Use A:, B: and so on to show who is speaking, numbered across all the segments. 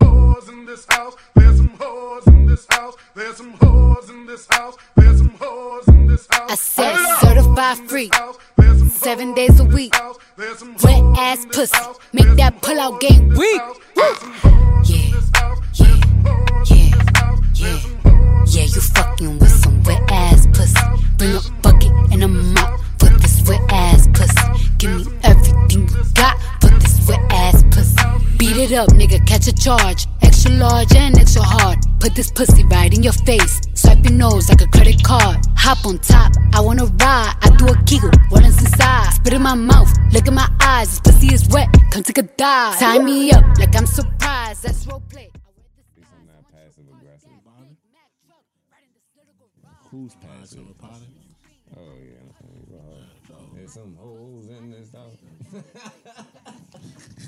A: whores in this house. There's some whores in this house. There's some whores in this house. There's some whores in this house.
B: I said
A: There's some
B: certified
A: whores in this
B: freak.
A: house. There's some
B: Seven
A: whores
B: days a
A: in this
B: week.
A: house. There's some
B: Wet
A: whores
B: ass
A: in this
B: pussy.
A: house.
B: Make
A: There's
B: that
A: some
B: pull-out
A: whores
B: game
A: in this
B: weak.
A: house. There's some whores in
B: Yeah.
A: this house. There's some whores in
B: Yeah.
A: this house.
B: Yeah.
A: There's some whores in
B: Yeah, you
A: this house.
B: fucking with some wet ass pussy. Bring a bucket and a mop for this wet ass pussy. Give me everything you got for this wet ass pussy. Beat it up, nigga, catch a charge. Extra large and extra hard. Put this pussy right in your face. Swipe your nose like a credit card. Hop on top, I wanna ride. I do a giggle, what is inside? Spit in my mouth, look in my eyes. This pussy is wet, come take a dive. Tie me up like I'm surprised. That's role play.
C: I'm not passive aggressive.
D: Who's passing?
C: Oh yeah, uh, there's some holes in this house.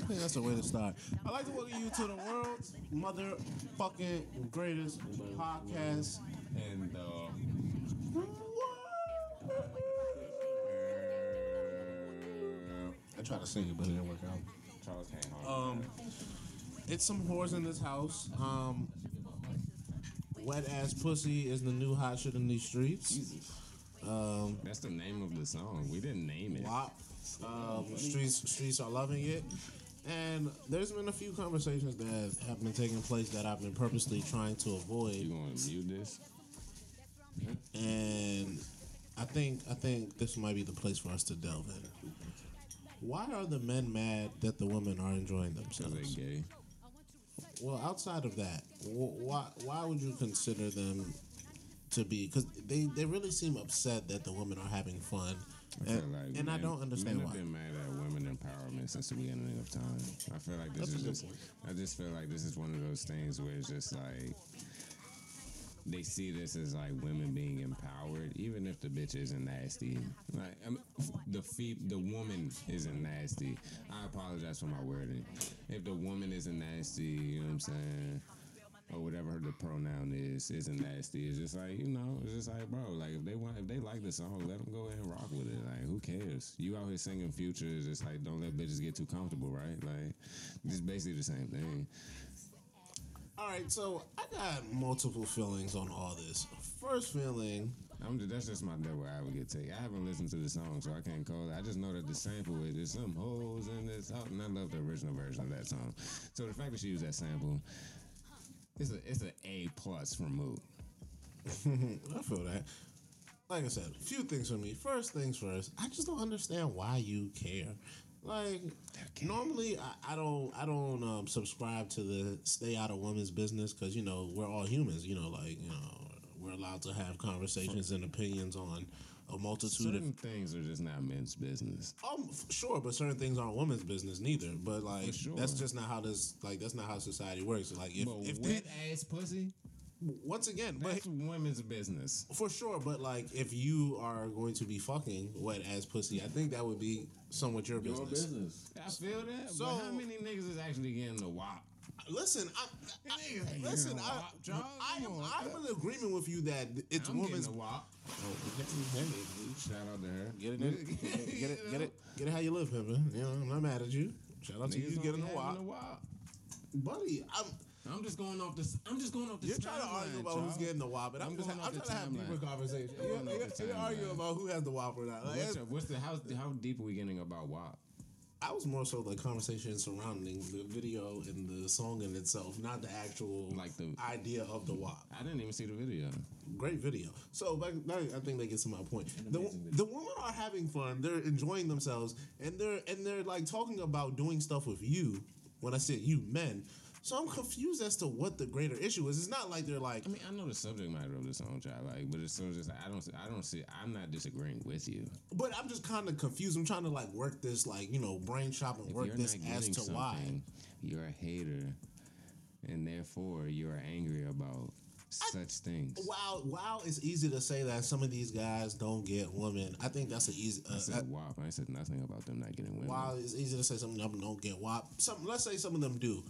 D: I think that's a way to start. I'd like to welcome you to the world's motherfucking greatest podcast.
C: And uh,
D: I tried to sing it, but it didn't work out.
C: Charles can't
D: Um, it's some whores in this house. Um, wet ass pussy is the new hot shit in these streets. Um,
C: That's the name of the song. We didn't name it.
D: WAP. Um, streets, streets are loving it. And there's been a few conversations that have been taking place that I've been purposely trying to avoid.
C: You want to mute this?
D: and I think I think this might be the place for us to delve in. Why are the men mad that the women are enjoying
C: Cause they
D: themselves?
C: gay.
D: Well, outside of that, wh- why why would you consider them to be? Because they they really seem upset that the women are having fun,
C: I
D: and,
C: feel like
D: and I
C: men-
D: don't understand
C: men
D: why.
C: have been mad at women empowerment since the beginning of time. I feel like this
D: That's a
C: is
D: good
C: just.
D: point.
C: I just feel like this is one of those things where it's just like they see this as like women being empowered, even if the bitch isn't nasty. Like I mean, f- the fe- the woman isn't nasty. I apologize for my wording. If the woman isn't nasty, you know what I'm saying. Or whatever the pronoun is, isn't nasty. It's just like you know. It's just like, bro. Like if they want, if they like the song, let them go ahead and rock with it. Like who cares? You out here singing future. It's just like don't let bitches get too comfortable, right? Like it's basically the same thing.
D: All right, so I got multiple feelings on all this. First feeling,
C: I'm just, that's just my devil advocate take. I haven't listened to the song, so I can't call it. I just know that the sample is there's some holes in this house, and I love the original version of that song. So the fact that she used that sample, it's a it's an A plus from Moot.
D: I feel that. Like I said, a few things for me. First things first, I just don't understand why you care. Like normally, I, I don't, I don't um, subscribe to the stay out of women's business because you know we're all humans. You know, like you know, we're allowed to have conversations and opinions on a multitude of.
C: Certain things are just not men's business.
D: Um, f- sure, but certain things aren't women's business neither. But like,
C: sure.
D: that's just not how this. Like, that's not how society works. Like, if,
C: But
D: if they,
C: wet ass pussy,
D: once again, but
C: that's women's business.
D: For sure, but like if you are going to be fucking wet ass pussy, I think that would be somewhat your business.
C: I feel that.
D: So-
C: So how many niggas is actually getting the wop?
D: Listen, I, I, listen, I,
C: John,
D: I am,
C: come on,
D: I'm in agreement with you that it's Oh,
C: I'm getting
D: women's.
C: the wop. Shout out to her.
D: Get it, in, get it, get it, get it, get it how you live, Pimpin. You know, I'm not mad at you. Shout out to
C: Niggas
D: you
C: don't
D: getting
C: be
D: the
C: having
D: wop, buddy. I'm.
C: I'm just going off this. I'm just going off this.
D: You're trying to argue
C: timeline,
D: about who's
C: child.
D: getting the wop, and I'm,
C: I'm
D: just
C: going
D: ha- I'm
C: off
D: trying
C: the
D: to have
C: timeline.
D: deeper conversation.
C: I'm
D: You're,
C: going off
D: you're,
C: the
D: you're arguing
C: timeline.
D: about who has the wop or not. Like,
C: What's
D: that's-
C: the, what's the how how deep are we getting about WAP?
D: I was more so the conversation surrounding the video and the song in itself, not the actual
C: Like the-
D: idea of the WAP.
C: I didn't even see the video.
D: Great video. So back, now I think that gets to my point. The, the women are having fun. They're enjoying themselves, and they're and they're like talking about doing stuff with you. When I said you men, so I'm confused as to what the greater issue is. It's not like they're like
C: I mean, I know the subject matter of the song, child, like, but it's so just I don't see, I don't see I'm not disagreeing with you.
D: But I'm just kind of confused. I'm trying to like work this, like you know, brain shop and
C: If
D: work
C: you're
D: this
C: not
D: as
C: getting
D: to
C: something,
D: why.
C: you're a hater, and therefore you're angry about such things.
D: Wow, wow! It's easy to say that some of these guys don't get women. I think that's an easy. Uh,
C: I
D: uh,
C: said WAP. I said nothing about them not getting women.
D: wow, it's easy to say some of them don't get WAP. Some, let's say some of them do.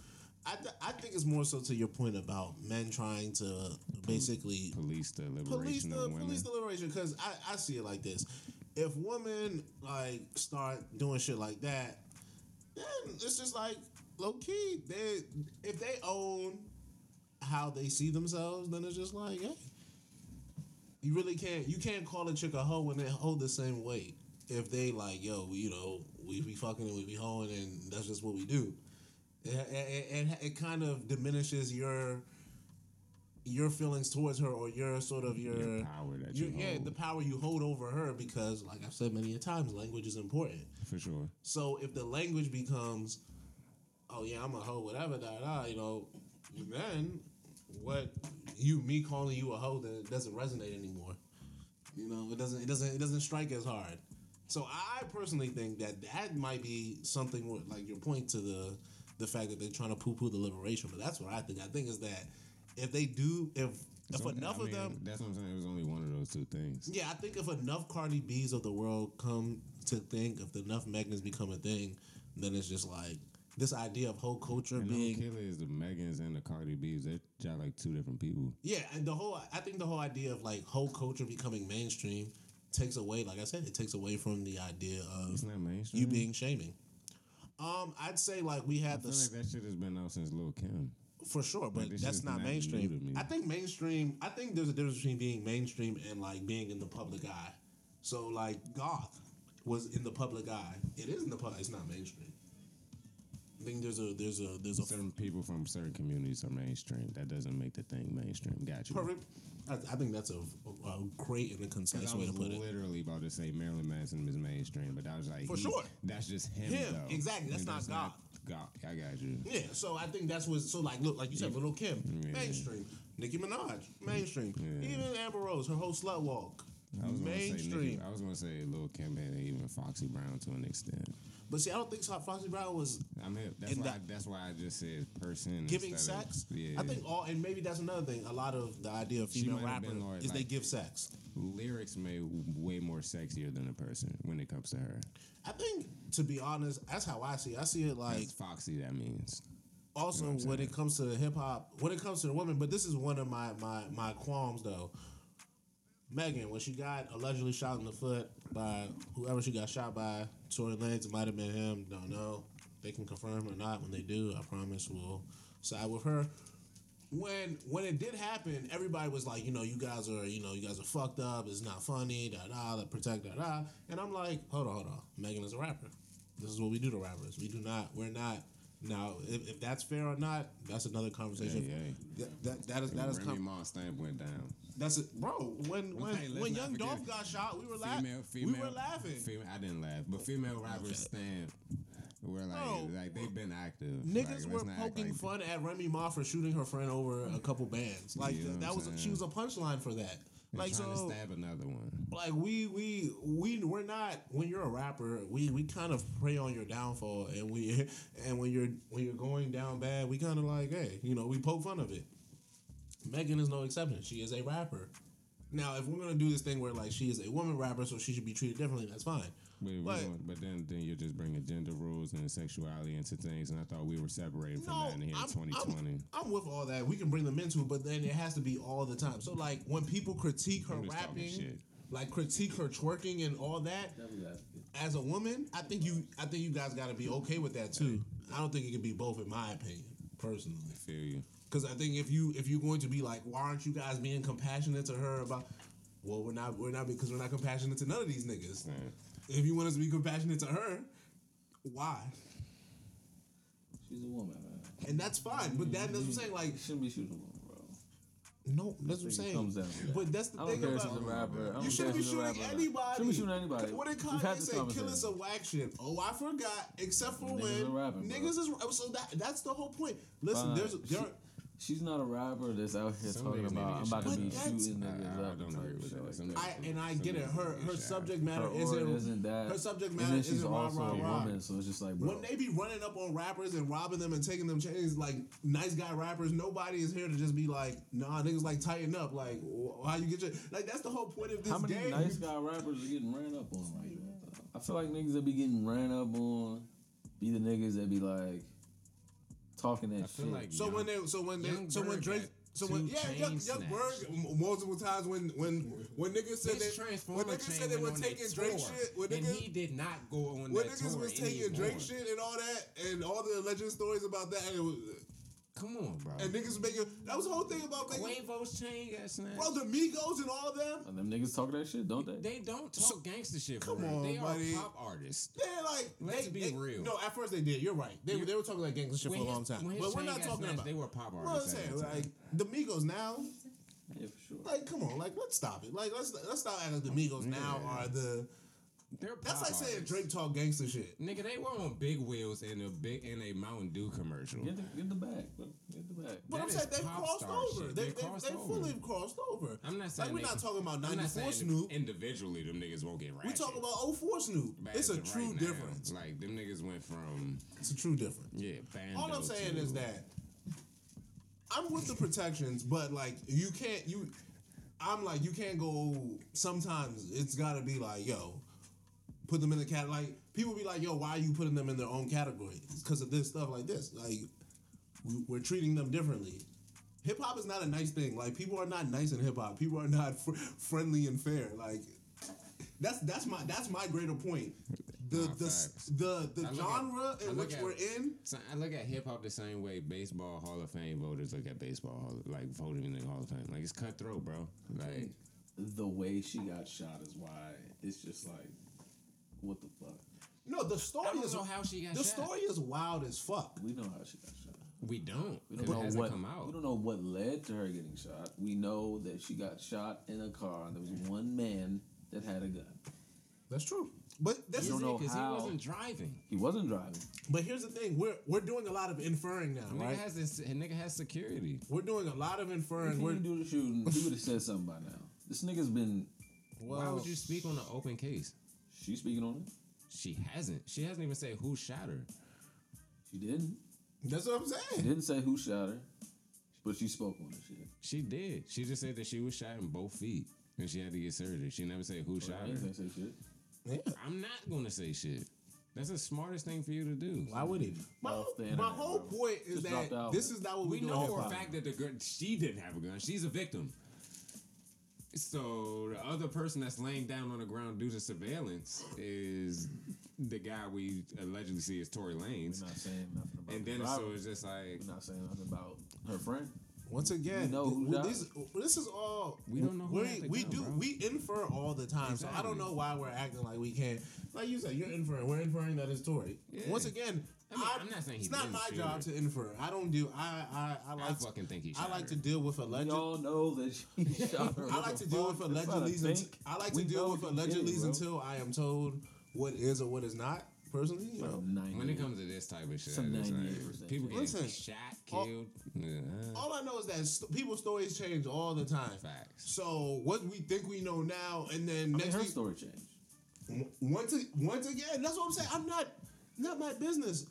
D: I, th- I think it's more so to your point about men trying to basically
C: Police the liberation
D: police
C: of
D: the
C: women.
D: police the liberation because I, I see it like this: if women like start doing shit like that, then it's just like low key. They if they own how they see themselves, then it's just like, hey, you really can't you can't call a chick a hoe when they hold the same weight. If they like, yo, you know, we be fucking and we be hoeing and that's just what we do. It, it, it, it kind of diminishes your your feelings towards her or your sort of your,
C: Your power that
D: your-
C: you
D: yeah
C: hold.
D: the power you hold over her because like I've said many a times language is important
C: for sure.
D: so if the language becomes, oh yeah, I'm a hoe, whatever, da da, you know, then what you me calling you a hoe then it doesn't resonate anymore. You know, it doesn't it doesn't it doesn't strike as hard. So I personally think that that might be something where, like your point to the the fact that they're trying to poo poo the liberation, but that's what I think. I think is that if they do if if
C: So,
D: enough
C: I mean,
D: of them
C: That's what I'm saying. It was only one of those two things.
D: yeah, I think if enough Cardi B's of the world come to think, if enough Megans become a thing, then it's just like this idea of whole culture
C: And the
D: being.
C: killer is the Megans and the Cardi B's. They're just like two different people.
D: Yeah, and the whole I think the whole idea of like whole culture becoming mainstream takes away, like I said, it takes away from the idea of
C: It's not mainstream.
D: you being shaming. Um, I'd say like we had
C: I
D: the
C: feel like that shit has been out since Lil Kim.
D: for sure, but
C: this
D: that's
C: is
D: not
C: not new to
D: mainstream.
C: me.
D: I think mainstream. I think there's a difference between being mainstream and like being in the public eye. So like goth was in the public eye. It is in the public. It's not mainstream. I think there's a there's a there's a
C: Certain people from certain communities are mainstream. That doesn't make the thing mainstream. Got you.
D: perfect. I, I think that's a, a great and a concise
C: Because I
D: way
C: was
D: to put it.
C: literally about to say Marilyn Manson is mainstream, but that was like
D: For
C: he's-
D: sure.
C: That's just him.
D: Him,
C: though.
D: exactly. That's not
C: God. I got you.
D: Yeah, so I think that's what. So like, look, like you said, Little Kim,
C: Yeah.
D: mainstream. Nicki Minaj, mainstream.
C: Yeah.
D: Even Amber Rose, her whole slut walk,
C: I was gonna say Nicki-
D: mainstream.
C: I was gonna say Lil Kim and even Foxy Brown to an extent.
D: But see, I don't think so. Foxy Brown was
C: I mean that's
D: And
C: why
D: that-
C: that's why I just said person
D: giving
C: instead of-
D: sex.
C: yeah,
D: I think all, and maybe that's another thing. A lot of the idea of
C: She
D: female
C: might have
D: rappers
C: been Lord,
D: is they
C: like-
D: give sex.
C: lyrics made way more sexier than a person when it comes to her.
D: I think, to be honest, that's how I see. it. I see it like
C: That's Foxy. That means
D: also
C: what I'm
D: when
C: saying?
D: it comes to hip hop, when it comes to the women. But this is one of my my my qualms though. Megan, when she got allegedly shot in the foot by whoever she got shot by, Tory Lanez, it might have been him. Don't know. They can confirm or not. When they do, I promise we'll side with her. when when it did happen, everybody was like, you know, you guys are, you know, you guys are fucked up. It's not funny. Da da. That protect. Da da. And I'm like, hold on, hold on. Megan is a rapper. This is what we do to rappers. We do not. We're not. Now, if, if that's fair or not, that's another conversation.
C: Yeah, yeah.
D: That, that that is that is
C: Remy
D: com-
C: Ma's stamp went down.
D: that's it, bro. When when
C: Okay, let's
D: when
C: not
D: Young
C: forget-
D: Dolph got shot, we were laughing. We were laughing.
C: Female, I didn't laugh, but female rappers stamp. We're like,
D: Bro.
C: like they've been active.
D: Niggas
C: Like, let's
D: were
C: not act
D: poking
C: like-
D: fun at Remy Ma for shooting her friend over a couple bands. Like
C: Yeah,
D: th-
C: I'm
D: that was a, she
C: saying.
D: was a punchline for that.
C: They're
D: Like
C: trying
D: so,
C: to stab another one.
D: like we we we we're not when you're a rapper we we kind of prey on your downfall and we and when you're when you're going down bad we kind of like hey you know we poke fun of it megan is no exception she is a rapper now if we're gonna do this thing where like she is a woman rapper so she should be treated differently that's fine
C: But, if we
D: But-
C: don't- but then, then you're just bringing gender roles and sexuality into things, and I thought we were separated from
D: no
C: that in here in
D: I'm,
C: 2020.
D: I'm, I'm with all that we can bring them into it but then it has to be all the time so like when people critique her
C: I'm just talking
D: rapping
C: shit.
D: like critique her twerking and all that as a woman, I think you I think you guys got to be okay with that too. I don't think it can be both, in my opinion, personally.
C: Feel you.
D: Because I think if you if you're going to be like, why aren't you guys being compassionate to her about? Well, we're not we're not because we're not compassionate to none of these niggas.
C: Yeah.
D: If you want us to be compassionate to her, why?
E: She's a woman, man.
D: And that's fine, but that, that's what I'm saying. Like,
E: You shouldn't be shooting a woman, bro.
D: no, that's what I'm
E: It comes
D: saying.
E: down to that.
D: But that's the
E: I
D: thing
E: don't care if she's a
D: about
E: rapper. I
D: You
E: don't care if
D: shouldn't be
E: she's a
D: shooting
E: rapper.
D: anybody.
E: Shouldn't be shooting anybody.
D: What did
E: We've had
D: Kanye
E: this
D: say? Kill
E: conversation.
D: is a whack shit. Oh, I forgot. Except for
E: Niggas
D: when
E: are rapping, bro.
D: niggas is so that that's the whole point. Listen,
E: Fine.
D: there's there.
E: She's not a rapper that's out here
C: Some
E: talking
C: niggas need to
E: about I'm
C: get
E: about to
D: shot.
E: be
D: But that's-
E: shooting
C: I,
E: niggas
C: I
E: up.
C: don't
E: type
C: agree with
E: shit
C: that.
E: like
C: Some
D: I
C: niggas-
D: and I
C: some
D: get it. Her
C: niggas need to
D: her
C: get shot.
D: subject matter
E: Her
D: isn't,
E: aura isn't that.
D: her subject
E: and
D: matter
E: then she's
D: isn't rah
E: also
D: rah
E: a
D: rah.
E: woman, so it's just like, bro.
D: When they be running up on rappers and robbing them and taking them chains like nice guy rappers, nobody is here to just be like, nah, niggas like tighten up. Like, wh- how you get your like? That's the whole point of this
E: How many
D: game.
E: nice guy rappers are getting ran up on right now? though? I feel like niggas that be getting ran up on be the niggas that be like talking that
C: I feel
E: shit.
C: like
D: So
C: young-
D: when they, so when they,
C: Young
D: so when
C: Bird
D: Drake,
C: got
D: so when
C: two
D: yeah,
C: chain
D: Young, young
C: snatched.
D: Bird m- multiple times when when when niggas said
C: This
D: that
C: Transformer
D: when niggas
C: chain
D: said they were
C: went on
D: taking
C: that
D: Drake
C: tour,
D: shit, when
C: and
D: niggas,
C: he did not go on
D: when
C: that
D: niggas
C: tour
D: was taking
C: anymore.
D: Drake shit and all that, and all the alleged stories about that, and it was,
C: Come on, bro.
D: And niggas making that was the whole thing about making
C: Quavo's chain got snatched.
D: bro the Migos and all them.
E: And them niggas talk that shit, don't they?
C: They don't talk gangster shit.
D: come
C: Come on,
D: on,
C: they
D: buddy.
C: are pop artists.
D: They're like
C: Let's
D: they,
C: be
D: they-
C: real.
D: No, at first they did. You're right. They, they were talking like gangster shit for
C: When
D: a
C: his-
D: long time.
C: when his
D: But we're
C: chain
D: not
C: got
D: talking
C: snatched,
D: about
C: they were pop
D: What I'm
C: artists. at
D: saying,
C: that time.
D: like the Migos now,
E: Yeah, for sure.
D: like come on, like let's stop it. Like let's let's stop acting the Migos now
C: Yeah.
D: are the.
C: They're pop
D: That's like saying
C: artists.
D: Drake talk gangster shit.
C: Nigga, they were on big wheels in a big in a Mountain Dew commercial.
E: Get the get the bag, bro. Get the bag.
D: But
C: That
D: I'm
C: is
D: saying they've
C: pop
D: crossed
C: star
D: over.
C: shit.
D: They,
C: They
D: they, they,
C: crossed over.
D: fully crossed over.
C: I'm not saying
D: like, we're
C: they-
D: not talking about
C: I'm not
D: 94
C: saying
D: Snoop.
C: Individually, them niggas won't get ratchet.
D: We talk about 04 Snoop.
C: But
D: It's
C: as
D: a
C: of
D: true
C: right now,
D: difference.
C: Like them niggas went from
D: It's a true difference.
C: yeah. Bando
D: All I'm saying
C: to-
D: is that I'm with the protections, but like you can't you I'm like you can't go sometimes it's gotta be like, yo, put them in the cat like people be like, yo, why are you putting them in their own category? Because of this stuff like this. Like we, we're treating them differently. Hip hop is not a nice thing. Like people are not nice in hip hop. People are not fr- friendly and fair. Like that's that's my that's my greater point. The
C: Nah,
D: the
C: facts.
D: s- the the
C: I look at-
D: genre
C: I
D: in
C: look
D: which
C: at-
D: we're in
C: So I look at hip hop the same way baseball Hall of Fame voters look at baseball Hall of, like voting in the Hall of Fame. Like it's cutthroat, bro. Like
E: The way she got shot is why it's just like, what the fuck?
D: No, the story
C: I don't
D: is
C: know how she got
D: the
C: shot.
D: story is wild as fuck.
E: We know how she got shot.
C: we don't.
E: We
C: 'cause it
E: don't know
C: hasn't
E: what.
C: come out.
E: We don't know what led to her getting shot. We know that she got shot in a car, and there was one man that had a gun.
D: That's true. But that's
E: You don't
D: the,
E: know
C: because he
E: how.
C: wasn't driving.
E: He wasn't driving.
D: but here's the thing we're we're doing a lot of inferring now,
C: Nigga
D: right?
C: has this. Nigga has security.
D: We're doing a lot of
E: If
D: inferring.
E: he
D: We're
E: didn't do the shooting, he would have said something by now. This nigga's been.
C: Why
D: Well-
C: would you speak on an open case?
E: She speaking on it.
C: She hasn't. She hasn't even said who shot her.
E: She didn't.
D: that's what I'm
E: She
D: saying.
E: didn't say who shot her, but she spoke on the shit.
C: She did. She just said that she was shot in both feet and she had to get surgery. She never said who
E: I
C: shot
E: ain't
C: her.
E: gonna say shit.
D: Yeah.
C: I'm not gonna say shit. That's the smartest thing for you to do.
D: Why would he? My,
E: Off
D: whole-
E: the
D: my
E: internet,
D: whole
E: bro.
D: point is
E: Just dropped
D: that
E: out.
D: this is not what we,
C: We
D: do.
C: know
D: in
C: for a
D: hip-hop.
C: fact that the girl she didn't have a gun. She's a victim. So the other person that's laying down on the ground due to surveillance is the guy we allegedly see is Tory Lanez.
E: We're not saying nothing about.
C: And
E: the
C: then
E: driver.
C: so it's just like
E: We're not saying nothing about her friend.
D: Once again,
E: You know who
D: th-
E: died.
D: this, this is all
C: We don't know who
D: we
C: had the
D: we
C: gun,
D: do
C: bro.
D: we infer all the time, so I don't
C: Exactly.
D: know why we're acting like we can't. Like you said, you're inferring. We're inferring that it's Tory.
C: Yeah.
D: Once again,
C: I
D: I
C: mean, I'm not saying he
D: it's not
C: didn't
D: my
C: shoot
D: job
C: her.
D: to infer. I don't do. I I, I like. to-
C: fucking think he
D: I
C: shot
D: like
C: her.
D: to deal with alleged.
E: Y'all know that she shot her.
D: I like to deal with
E: That's not a
D: allegedly.
E: think.
D: I like to
E: We
D: deal
E: know
D: with
E: you did it,
D: allegedly
E: bro.
D: until I am told what is or what is not. Personally, you know.
E: Bro, 90.
C: when it comes to this type of shit,
E: Some
C: it's like,
E: 98%
C: people get
D: Listen,
C: shot,
D: all-
C: killed. Yeah.
D: All I know is that st- people's stories change all the time.
C: Facts.
D: So what we think we know now, and then
E: I mean,
D: next
E: her
D: week,
E: story changed.
D: w- once a- once again, that's what I'm saying. I'm not not my business.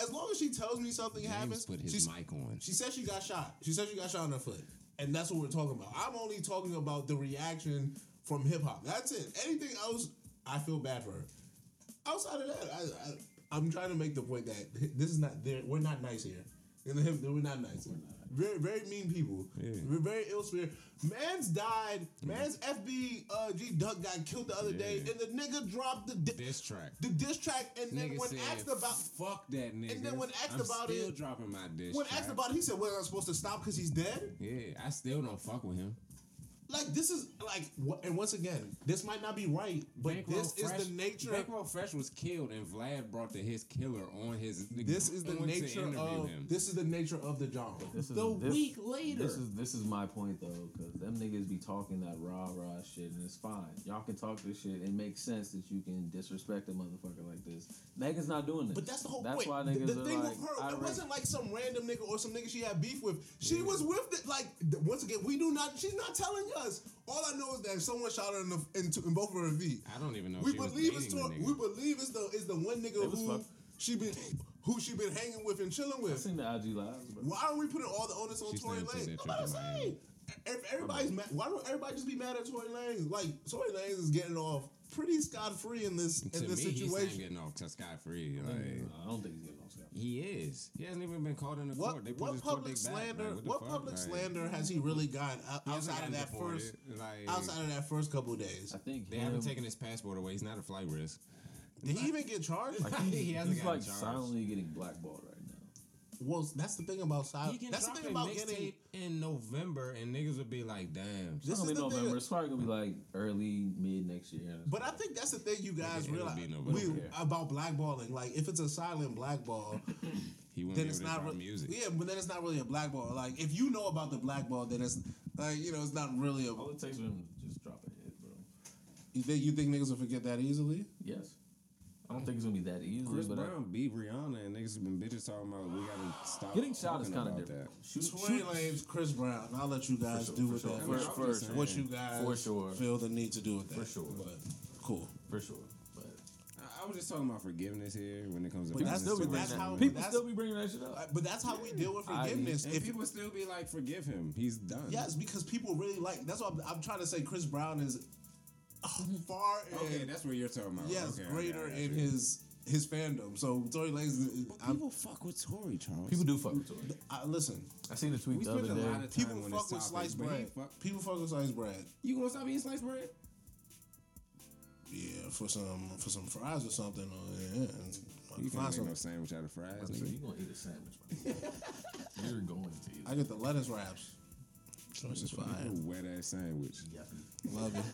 D: As long as she tells me something
C: James
D: happens,
C: put his
D: she's,
C: mic on.
D: she said she got shot. She said she got shot in her foot, and that's what we're talking about. I'm only talking about the reaction from hip hop. That's it. Anything else, I feel bad for her. Outside of that, I, I, I'm trying to make the point that this is not there. We're not nice here. In the hip, we're not nice. Here. Very, very mean people.
C: Yeah.
D: We're very ill spirit. Man's died. Man's FB uh, G Duck got killed the other day,
C: Yeah.
D: and the nigga dropped the di-
C: Diss track.
D: the diss track, and then
C: Nigga
D: when
C: said,
D: asked about
C: fuck that nigga.
D: And then when asked
C: I'm
D: about
C: still
D: it-
C: dropping my diss.
D: when
C: track.
D: asked about it, he said, "Well, I'm supposed to stop because he's dead."
C: yeah, I still don't fuck with him.
D: Like this is like, wh- and once again, this might not be right, but
C: Bankroll
D: this
C: Fresh-
D: is the nature.
C: Bankroll Fresh was killed, and Vlad brought the his killer on his.
D: this is the
C: on to
D: nature
C: interview
D: of
C: him.
D: this is the nature of the genre.
E: This is-
D: the
E: this-
D: week later,
E: This is this is my point though, because them niggas be talking that rah rah shit, and it's fine. Y'all can talk this shit. It makes sense that you can disrespect a motherfucker like this. Niggas not doing this.
D: but that's the whole
E: That's
D: point.
E: why
D: The-
E: niggas
D: the
E: are
D: thing
E: like,
D: with her,
E: irate.
D: it wasn't like some random nigga or some nigga she had beef with. She was with it. Like th- once again, we do not. She's not telling us. All I know is that someone shot her in, the, in, two- in both of her feet.
C: I don't even know.
D: we
C: if she was
D: believe it's
C: dating
D: to,
C: the
D: we
C: nigga.
D: believe it's the is the one nigga
E: It was
D: who
E: fuck-
D: she been who she been hanging with and chilling
E: I
D: with.
E: seen the IG lives, bro.
D: Why are we putting all the onus on
C: She
D: Tory
C: still took
D: Lanez?
C: that
D: I'm about to
C: trip to
D: say, E,
C: Miami.
D: if everybody's mad, why don't everybody just be mad at Tory Lanez? Like Tory Lanez is getting off pretty scot free in this in
C: to me,
D: this
C: he's not
D: situation.
C: getting off scot free. Like
E: I don't think he's getting off scot.
C: he is. He hasn't even been called in the
D: What
C: court. They put
D: what
C: his court
D: public
C: date back, like,
D: slander?
C: the
D: what
C: fuck?
D: public
C: Like,
D: slander has he really gotten o-
C: he hasn't
D: outside of
C: gotten
D: that
C: deported.
D: first?
C: Like
D: Outside of that first couple days,
E: I think
C: they
E: him,
C: haven't taken his passport away. He's not a flight risk.
D: did he even get charged?
E: Like, he,
C: He hasn't
E: he's
C: gotten
E: like
C: charged.
E: silently getting blackballed right now.
D: Well, that's the thing about side.
C: He can
D: That's the
C: drop
D: thing
C: a
D: about
C: mixtape
D: getting.
C: in November, and niggas would be like, "Damn."
D: This
E: It's
D: is the
E: gonna be November.
D: thing.
E: It's probably gonna be like early, mid next year.
D: But I think that's the thing you guys
C: It'll
D: realize
C: be November.
D: we,
C: Yeah.
D: about blackballing. Like, if it's a silent blackball,
C: He wouldn't
D: then
C: be
D: it's
C: able to
D: not
C: drop
D: re-
C: music.
D: Yeah, but then it's not really a blackball. Like, if you know about the blackball, then it's like you know it's not really a.
E: All it takes for him to just drop a hit, bro.
D: You think you think niggas will forget that easily?
E: Yes. I don't think it's gonna be that easy.
C: Chris
E: but I-
C: Brown beat Rihanna, and niggas have been bitches talking about we gotta stop.
E: getting shot is kind
C: talking about
E: of different.
C: that."
E: Shoot,
D: Tory
E: shoot,
D: Lanez, Chris Brown. I'll let you guys do with that.
E: For,
D: what-
E: for,
C: sure.
E: for,
D: what you guys
E: For sure.
D: feel the need to do with that.
E: For sure.
D: But cool.
E: for sure. But
C: I- I was just talking about forgiveness here when it comes to.
D: But that's
C: violence
D: still-
C: towards
D: that's how-
C: women.
E: people
D: that's-
E: still be bringing that shit
D: Uh,
E: up.
D: But that's how we deal with forgiveness.
C: And
D: if
C: people still be like, "Forgive him, he's done."
D: yes, because people really like. That's what I'm, I'm trying to say. Chris Brown is far
C: Okay,
D: and
C: that's what you're talking about.
D: yes,
C: okay, I
D: greater
C: got
D: in
C: you.
D: his his fandom. So Tory Lanez, is-
C: But
D: I'm,
C: people fuck with Tory, Charles.
E: People do fuck with Tory.
D: I, listen.
E: I seen a tweet
C: We
E: the
C: spend
E: other
C: a
E: day.
C: lot of time
D: People
C: on
D: fuck
C: this
D: with
C: topic,
D: sliced
C: but he
D: bread.
C: fuck-
D: People fuck with sliced bread.
C: you gonna stop eating sliced bread?
D: Yeah, for some for some fries or something. Or, yeah, I can
C: You can't
D: find
C: make
D: some.
C: no sandwich out of fries.
E: So
C: nigga.
E: you gonna eat a sandwich? my nigga. You're going to eat.
D: I get the lettuce wraps. Choice is
C: A
D: fine.
C: wet ass sandwich.
D: Love it.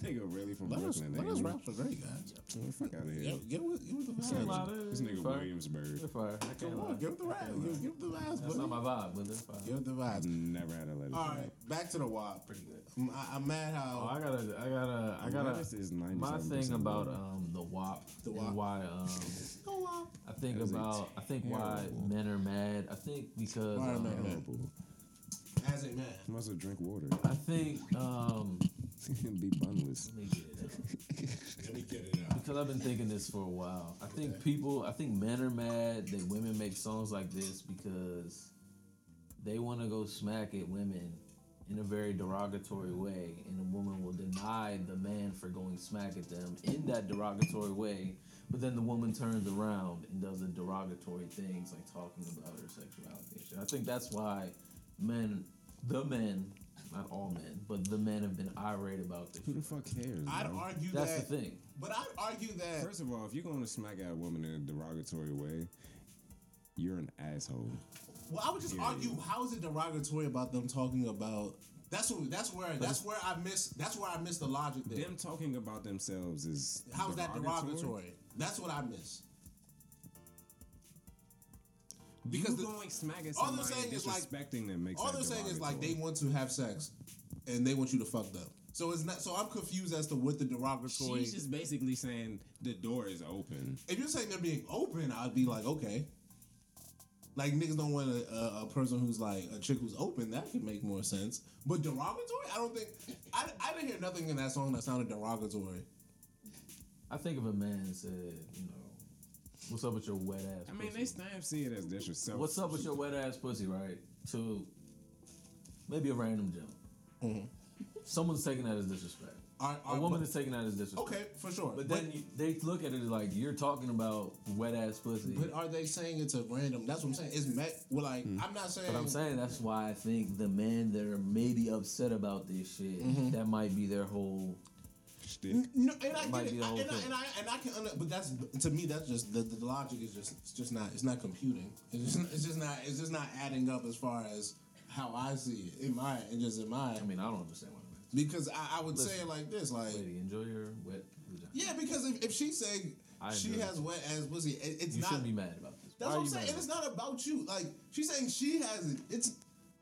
C: Nigga really from
D: Lettuce,
C: Brooklyn.
D: lettuce
C: nigga.
D: wraps are great, guys.
C: Get the fuck out of here.
D: Get, get, with, get with the
E: It.
D: vibes.
C: This nigga
E: Fire.
C: Williamsburg.
E: They're fire. I can't
D: Come
E: lie.
D: on, get with the vibes. Get, get with the vibes,
E: That's
D: buddy.
E: not my vibe, but they're fire.
D: Get with the vibes.
C: Never had a lettuce.
D: All right, back to the WAP.
E: Pretty good.
D: I'm, I- I'm mad
E: Oh,
D: how
E: I gotta, I gotta, I gotta.
C: Lettuce is
E: My
C: 97%
E: thing
C: of
E: about
C: it.
D: uh,
E: um the WAP,
D: The
E: the
D: WAP.
E: why um
D: the WAP.
E: I think
C: That is a
E: about, I think why
C: terrible-
E: men are mad. I uh, think because
D: Why are
E: um,
D: men mad?
C: Horrible.
D: As a man,
C: You must have drink water.
E: I think um
C: Be bunless.
E: let me get it out.
D: let me get it out.
E: Because I've been thinking this for a while. I think people, I think men are mad that women make songs like this because they want to go smack at women in a very derogatory way, and a woman will deny the man for going smack at them in that derogatory way. But then the woman turns around and does the derogatory things like talking about her sexuality. and shit. I think that's why men, the men, not all men, but the men have been irate about this.
C: Who the
E: shit.
C: fuck cares?
D: I'd
C: bro?
D: argue
E: That's
D: that,
E: the thing.
D: but I'd argue that
C: First of all, if you're going to smack at a woman in a derogatory way, you're an asshole.
D: Well, I would just
C: Yeah.
D: argue how is it derogatory about them talking about that's what that's where that's where I miss that's where I miss the logic there.
C: Them talking about themselves is
D: How is that derogatory? That's what I miss. Because
C: Because
D: the-
C: you going smack at
D: all they're
C: somebody
D: saying
C: and
D: is like-
C: disrespecting them makes
D: All
C: that
D: they're saying is like they
C: derogatory.
D: want to have sex and they want you to fuck them. So it's not so I'm confused as to what the derogatory
C: She's just basically saying the door is open.
D: if you're saying they're being open, I'd be like, okay. Like niggas don't want a, a, a person who's like a chick who's open. That could make more sense. But derogatory, I don't think. I, I didn't hear nothing in that song that sounded derogatory.
E: I think if a man said, you know, what's up with your wet ass?
C: I mean,
E: pussy?"
C: they stamp see it as disrespect.
E: what's up with your wet ass pussy, right? To maybe a random jump. Someone's taking that as disrespect.
D: All right, all
E: a
D: right,
E: woman
D: Mm-hmm. but-
E: is taking that as disrespect.
D: Okay, for sure.
E: But then you, they look at it as like you're talking about wet ass pussy.
D: but
E: But,
D: are they saying it's a random? That's what I'm saying. It's met. Well, like Hmm. I'm not saying.
E: I'm saying that's why I think the men that are maybe upset about this shit,
D: Mm-hmm.
E: that might be their whole.
C: Shtick.
D: No, and I
E: Might
D: get
E: be
D: it,
E: the
D: I-
E: whole
D: and, I,
E: thing.
D: and I and I can, under, but that's to me that's just the, the logic is just it's just not it's not computing. It's just, it's just not it's just not adding up as far as how I see it in my and just in my
E: I mean, I don't understand why. the
D: because I, I would say it
E: Listen.
D: like this like
E: men- Lady, enjoy your wet. vagina.
D: yeah because if, if she's saying
E: I
D: she
E: agree.
D: has wet ass pussy it, it's
E: you
D: not
E: shouldn't be mad about this. Why
D: that's
E: are
D: what I'm
E: you
D: saying
E: mad
D: and it's
E: about
D: not about you like she's saying she has it it's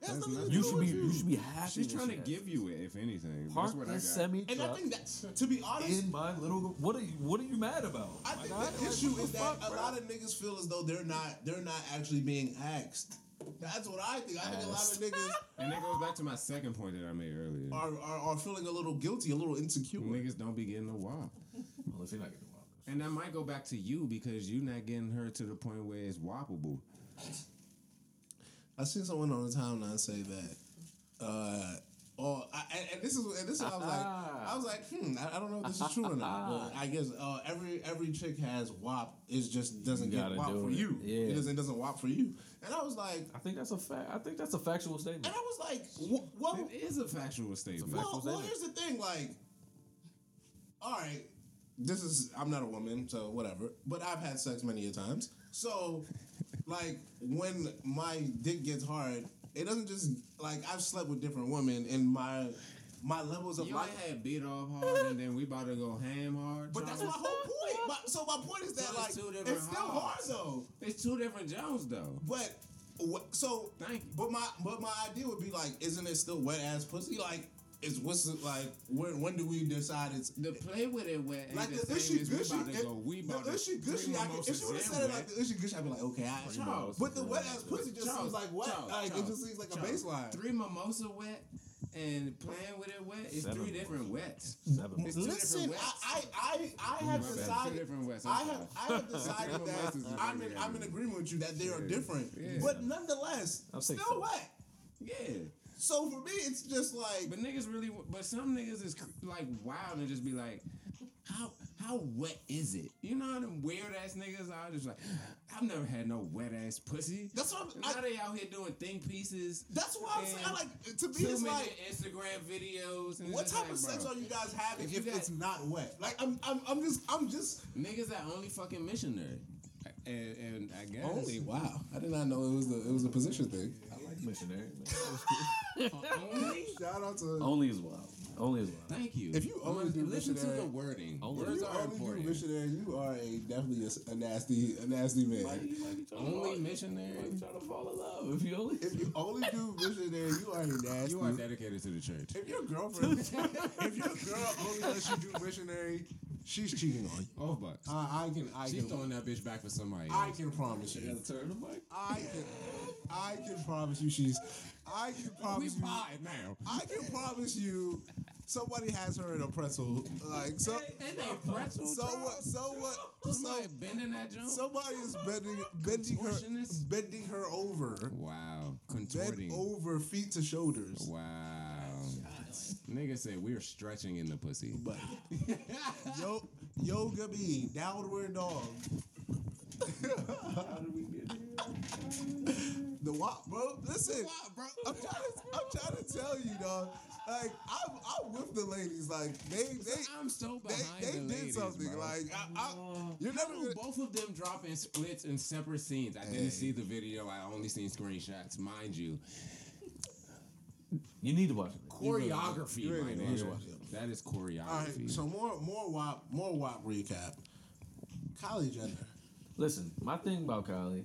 D: that's
C: That's
D: nothing
C: not-
D: to
E: it?
D: do
E: You should be.
D: with
E: You should be happy.
C: She's
E: that
C: trying
E: she
C: to
E: has
C: give you it, if anything.
E: Park
C: That's what I
E: that
C: got.
E: semi
D: and I
E: truck
D: think that's to be honest
E: in my little. What are you? What are you mad about?
D: I
E: my
D: think
E: guy?
D: the
E: Like,
D: issue
E: what
D: is
E: the
D: that
E: fuck,
D: a
E: bro?
D: lot of niggas feel as though they're not they're not actually being asked. That's what I think. I think a lot of
E: Asked.
D: niggas
C: and that goes back to my second point that I made earlier.
D: are, are are feeling a little guilty, a little insecure.
C: Niggas don't be getting the wop.
E: Well, if you're not getting wild, that's-
C: And that might go back to you because you not getting her to the point where it's whoppable.
D: I seen someone on the timeline say that. Uh, or I, and- and this is and this is what I was like I was like hmm I, I don't know if this is true or not. But I guess uh, every every chick has WAP. It just doesn't
E: You
D: get
E: gotta
D: WAP
E: do
D: for
E: it.
D: you. It
E: Yeah.
D: doesn't it doesn't WAP for you. And I was like
E: I think that's a fact. I think that's a factual statement.
D: and I was like what, what
C: It is a factual statement.
D: Well,
E: Factual
D: well,
E: statement.
D: here's the thing. Like, all right, this is I'm not a woman, so whatever. But I've had sex many a times, so like when my dick gets hard, it doesn't just like I've slept with different women and my my levels of
C: You
D: like
C: ain't had beat off hard, and then we about to go ham hard.
D: But that's my whole point. My, so my point is that
C: It's
D: like
C: two different
D: it's still hard
C: halves.
D: though.
C: it's two different Jones though.
D: But wh- so
C: Thank you.
D: But my but my idea would be like, isn't it still wet ass pussy? Like, is what's it like? When when do we decide it's
C: The play with it wet ain't
D: like
C: the,
D: the
C: same
D: ishy
C: as we about
D: gushy?
C: to go. We
D: if-
C: about
D: The
C: to
D: ishy gushy. I could- If you would have said it like the ishy gushy, I'd be like, okay, I,
C: Charles,
D: but the
C: Charles,
D: wet ass pussy just
C: Charles,
D: seems like wet.
C: Charles,
D: like it
C: Charles,
D: just seems like a
C: Charles.
D: baseline.
C: Three mimosa wet and playing with it wet is
E: Seven
C: three different wets.
E: Seven.
C: It's two
D: Listen,
C: different
D: I,
C: wets.
D: I, I, I have
C: Two
D: decided.
C: different wets, I'm
D: I have, I have decided
C: Different
D: that
C: wets is
D: I'm
C: very
D: in, I'm in
C: average.
D: agreement with you that they are
C: Yeah.
D: different,
C: Yeah.
D: but nonetheless,
E: I'll
D: still
E: take so.
D: wet.
C: yeah.
D: So for me, it's just like
C: But niggas really, but some niggas is cr- like wild and just be like, how how wet is it? You know how them weird ass niggas are just like, I've never had no wet ass pussy.
D: That's what I'm-
C: And
D: I-
C: Now they out here doing thing pieces.
D: that's why I'm saying. I
C: and
D: like to me, it's
C: Filming
D: like
C: their Instagram videos. And
D: what
C: it's
D: type
C: like,
D: of sex
C: bro,
D: are you guys having
C: If
D: if,
C: you got-
D: it's not wet? Like I'm, I'm, I'm just, I'm just
C: Niggas that only fucking missionary. And, and I guess
D: Wow, I did not know it was the it was a position thing.
E: Missionary.
C: only.
D: Shout out to
E: Only is wild. Only is wild.
C: Thank you.
D: If you only
C: Listen-
D: do
C: listen to
D: missionary-
C: the wording.
E: Only-
C: Words
D: you
C: are
D: only do
C: important.
D: missionary. You are a definitely a s- a, nasty, a nasty man.
C: only missionary.
E: trying to fall in love. If you only.
D: If you only do missionary, you are a nasty.
C: You are dedicated to the church.
D: if your girlfriend, if your girl only lets you do missionary, she's cheating on you.
C: Oh, but
D: I, I can, I
C: she's
D: can,
C: throwing that bitch back for somebody.
D: I
C: else.
D: can promise you.
E: turn the mic.
D: I can, I can promise you she's, I can
C: we
D: promise you,
C: five now.
D: I can promise you, somebody has her in a pretzel. Like so,
C: And they pretzel.
D: so what, so what, so
C: Somebody bending that joint.
D: somebody is bending, bending her,
C: Contortionist?
D: bending her over,
C: wow,
D: bent
C: contorting.
D: over feet to shoulders.
C: Wow. Nigga said we are stretching in the pussy.
D: But yo, yoga be downward dog.
E: How did we get here?
D: The wop, bro. Listen, I'm trying to, I'm trying to tell you, dog. Like I'm, I'm with the ladies. Like they, they,
C: I'm so behind
D: they, they
C: the
D: did
C: ladies,
D: something.
C: bro.
D: Like I, I, you're never.
C: How
D: Gonna,
C: both of them dropping splits in separate scenes. I
D: Hey.
C: didn't see the video. I only seen screenshots, mind you.
E: You need to watch it.
C: Choreography,
D: you
C: my
D: really need to
C: nigga.
D: watch it.
C: That is
D: all
C: choreography.
D: right. So more, more wop, more wop recap. Kylie Jenner.
E: Listen, my thing about Kylie.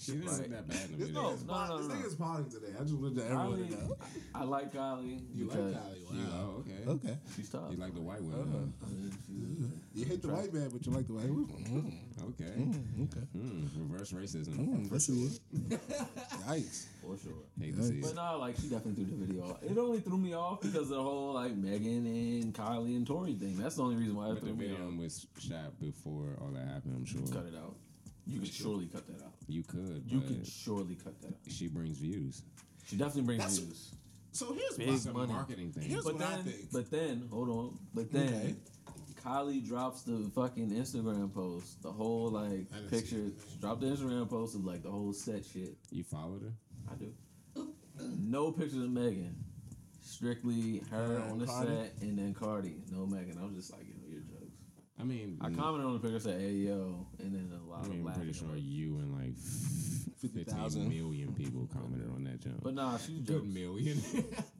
C: she didn't look that bad in the
D: This
C: video.
D: nigga's
E: No,
D: pot-
E: no,
D: this
E: no.
D: nigga's potting today. I just wanted to everyone to
E: Kylie,
D: know.
E: I like Kylie.
D: You like
E: because
D: Kylie?
C: You-
D: Wow.
C: oh, okay.
D: Okay.
E: She's tough.
C: You like the white women?
E: I mean, she's-
D: You hate the white man, but you like the white woman.
C: huh? Okay.
D: Mm, Okay.
C: Hmm, reverse racism.
D: That's a Yikes.
E: for sure.
C: Hate to see it.
E: But no, like she definitely threw the video off. It only threw me off because of the whole like Megan and Kylie and Tori thing. That's the only reason why
C: But
E: it
C: the
E: threw me
C: video
E: off.
C: was shot before all that happened. I'm sure
E: Cut it out. You could surely cut that out.
C: you could.
E: You
C: but
E: could surely cut that out.
C: She brings views.
E: She definitely brings
D: That's-
E: views.
D: So here's
E: Big
D: my
C: It's a
E: Money.
C: marketing thing.
D: Here's-
E: But
D: what I
E: then,
D: think.
E: but then, hold on. But then,
D: Okay.
E: Kylie drops the fucking Instagram post, the whole
D: I
E: like
D: didn't see
E: picture. Drop the Instagram post of like the whole set shit.
C: you followed her.
E: I do. No pictures of Megan. Strictly her
D: Her and
E: on the
D: Cardi?
E: set and then Cardi. No Megan. I was just like, yo, you're jokes.
C: I mean, mm,
E: I commented on the picture, said, hey, yo, and then a lot
C: I
E: of
C: mean, I'm
E: laughing.
C: pretty sure you and like
D: 50,000.
C: 50,000 million people commented on that jump.
E: But nah, she's
C: good
E: jokes.
C: million.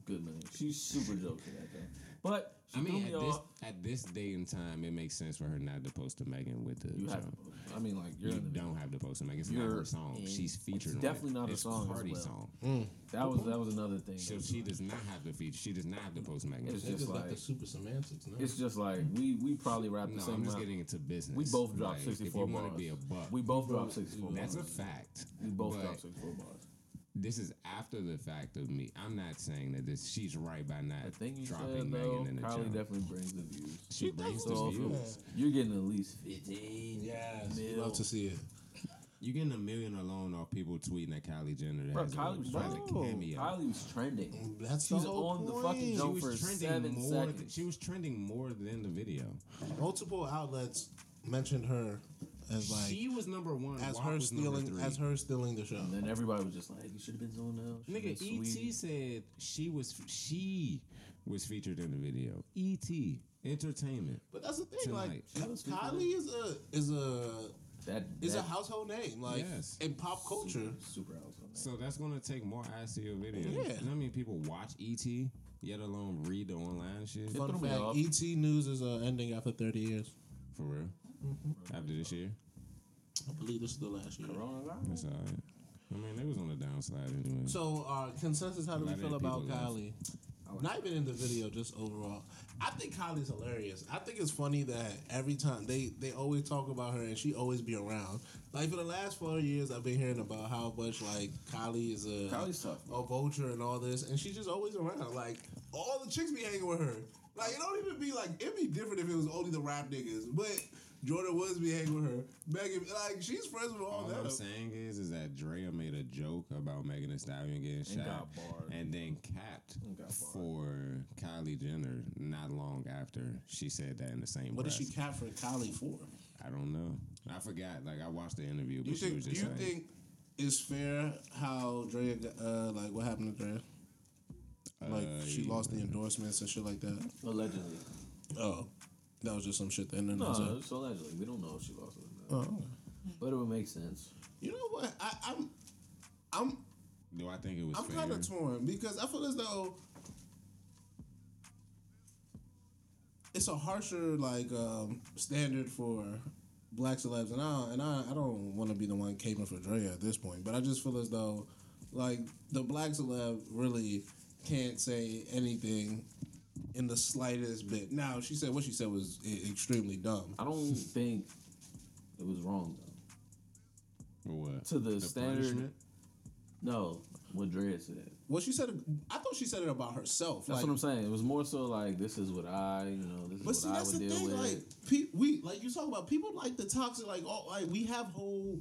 E: Good man. She's super jokes for that though. But she
C: I mean,
E: threw me
C: at this,
E: off.
C: at this day and time, it makes sense for her not to post to Megan with the
E: You have to
C: jump.
E: post. I mean, like you're
C: You
E: in the
C: don't have to post to Megan. It's not
E: You're
C: her song.
E: in-
C: She's featured.
E: it's
C: on
E: definitely
C: it.
E: not her
C: It's
E: song as
C: Cardi's
E: well.
C: song.
E: That was that was another thing.
C: So she does not have to feature. She does not have to post Megan.
E: It's just like
D: super semantics now.
E: it's just like we we probably rap the
C: no,
E: same
C: I'm just
E: amount.
C: getting into business.
E: We both dropped
C: Like,
E: sixty four
C: If you
E: bars.
C: want to be a buck,
E: we both dropped sixty four bars.
C: that's a fact.
E: we both
C: but
E: dropped sixty four bars.
C: This is after the fact of me. I'm not saying that this. She's right by
E: The
C: not
E: thing you
C: dropping
E: said though,
C: Megan in the
E: Kylie
C: jump.
E: definitely brings the views.
C: She brings the
E: So if
C: views.
E: it- you're getting at least fifteen.
D: Yes,
E: Mil.
D: love to see it.
C: You're getting a million alone off people tweeting at Kylie Jenner. That
E: Bro,
C: has
E: Kylie was
C: a, has a
E: trending.
C: cameo.
E: Kylie was trending.
D: That's
E: She was on the fucking
C: she
E: jump
C: was
E: for
C: trending
E: seven
C: more.
E: seconds.
C: Than, she was trending more than the video.
D: Multiple outlets mentioned her as like
C: she was number one.
D: as
C: Wap
D: her
C: was number
D: stealing
C: three.
D: as her stealing the show.
E: and then everybody was just like, "You should have been doing that."
C: Nigga, E ET said she was she was featured in the video. ET Entertainment.
D: But that's the thing,
C: Tonight.
D: like Kylie is a is a
E: that
D: It's a
E: that
D: household name, like
C: Yes.
D: in pop culture.
E: super household.
C: So that's gonna take more eyes to your video.
D: Yeah.
C: You know how many people watch ET, yet alone read the online shit?
E: threw
D: Fun
E: me
D: fact:
E: off.
D: ET News is uh, ending after 30 years.
C: For real? After this year?
D: I believe this is the last year.
E: Coronavirus.
C: That's all right. I mean, they was on the downside anyway.
D: So, uh, consensus: How do we
C: lot of
D: feel about
C: people left.
D: Kylie? Not even in the video, just overall. I think Kylie's hilarious. I think it's funny that every time they they always talk about her and she always be around. Like for the last four years, I've been hearing about how much like Kylie is a
E: Kylie's tough,
D: a vulture and all this, and she's just always around. Like all the chicks be hanging with her. Like it don't even be like it'd be different if it was only the rap niggas, but. Jordan Woods be hanging with her. Megan, like she's friends with all,
C: All
D: that.
C: I'm saying is, is that Drea made a joke about Megan Thee Stallion getting shot,
E: got barred.
C: and then capped
E: got barred.
C: for Kylie Jenner. Not long after she said that in the same.
D: What did
C: breath.
D: she cap for Kylie for?
C: I don't know. I forgot. Like I watched the interview, but
D: You
C: she
D: think?
C: was
D: Do
C: just
D: you
C: like,
D: think it's fair how Drea? got- Uh, like what happened to Drea? Like
C: Uh,
D: she
C: yeah.
D: lost the endorsements and shit like that.
E: Allegedly.
D: Oh, that was just some shit. The internet.
E: No,
D: said.
E: it's allegedly. We don't know if she lost it or not.
D: Oh, okay.
E: But it would make sense.
D: you know what? I, I'm, I'm,
C: do I think it was
D: I'm
C: fair?
D: kind of torn because I feel as though it's a harsher like um, standard for black celebs, and I and I, I don't want to be the one caping for Dre at this point, but I just feel as though like the black celeb really can't say anything in the slightest bit. Now she said what she said was e- extremely dumb.
E: I don't think it was wrong though.
C: Or what?
E: To the,
C: The
E: standard.
C: punishment?
E: No, what Dre said.
D: Well, she said I thought she said it about herself.
E: That's
D: like,
E: what I'm saying. It was more so like this is what I, you know, this is
D: But
E: what
D: see,
E: I
D: that's
E: would
D: the
E: deal
D: thing.
E: with.
D: Like pe- we, like you talk about people like the toxic. Like all, like we have whole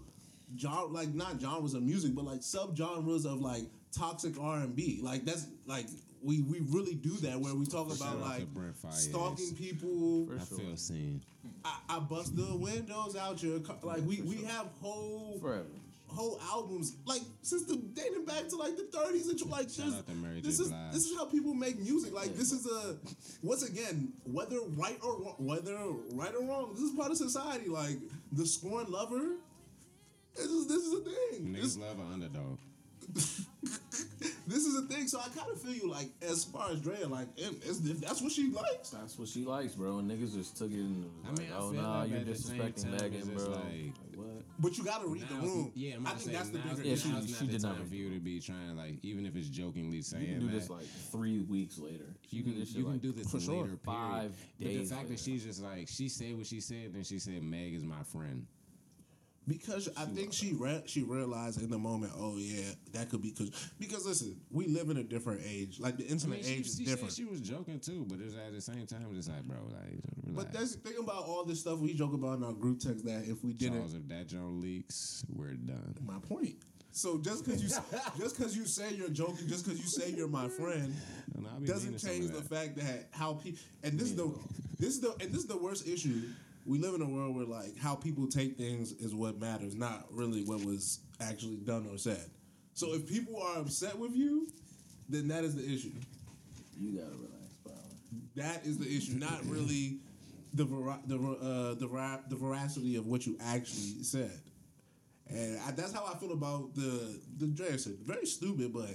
D: genre, like not genres of music, but like subgenres of like toxic R and B. Like that's like we we really do that where we talk
C: Shout
D: about
C: out
D: like
C: to Brent Fayez.
D: stalking people.
E: For
C: I
E: sure.
C: feel seen.
D: I, I bust the windows out your car. Like we we have whole
E: Forever.
D: whole albums like since the dating back to like the 30s and tr- like
C: Shout
D: this,
C: out to Mary J.
D: this is
C: Blige.
D: this is how people make music like this is a once again whether right or wrong, whether right or wrong this is part of society like the scorn lover this is this is a thing
C: Niggas
D: this,
C: love an underdog.
D: this is a thing so I kind of feel you like as far as Drea like if, it's- if that's what she likes
E: That's what she likes, bro. And niggas just took it and was
C: I
E: like,
C: mean, I
E: oh
C: feel
E: nah,
C: that,
E: you're
C: but at the same
E: disrespecting
C: time,
E: Megan,
C: it's just
E: bro.
C: like-
E: Like, what?
D: but you gotta read the
C: Now's-
D: room
C: Yeah, I'm
D: I
C: about to
D: think
C: say,
D: that's the
C: now's-
D: bigger
E: Yeah,
D: issue.
E: she-
C: now's not
E: she
C: the
E: did not
C: time
E: make
C: for you to be trying to, like even if it's jokingly saying
E: You can do
C: that.
E: this like three weeks later.
C: you can,
E: do this shit,
C: you can
E: like,
C: do this
E: for
C: later
E: sure.
C: period.
E: Five
C: but
E: days
C: the fact
E: later.
C: that she's just like she said what she said, then she said Meg is my friend.
D: Because I think she re- she realized in the moment, oh yeah, that could be because because listen, we live in a different age. Like the
C: I
D: internet
C: mean,
D: age
C: she,
D: is
C: she said
D: different.
C: she was joking too, but it was at the same time just like, bro, like.
D: but
C: relax.
D: that's the thing about all this stuff we joke about in our group text that if we didn't,
C: Charles, if that joint leaks, we're done.
D: my point. So just because you just because you say you're joking, just because you say you're my friend,
C: And I'll be
D: doesn't
C: meaning some
D: change
C: of
D: the
C: that.
D: fact that how people and this is the this is the and this is the worst issue. We live in a world where like how people take things is what matters, not really what was actually done or said. So if people are upset with you, then that is the issue.
E: You gotta relax, bro.
D: That is the issue, not really the vera- the ver- uh, the, ver- the veracity of what you actually said. And I, that's how I feel about the the dress. Very stupid, but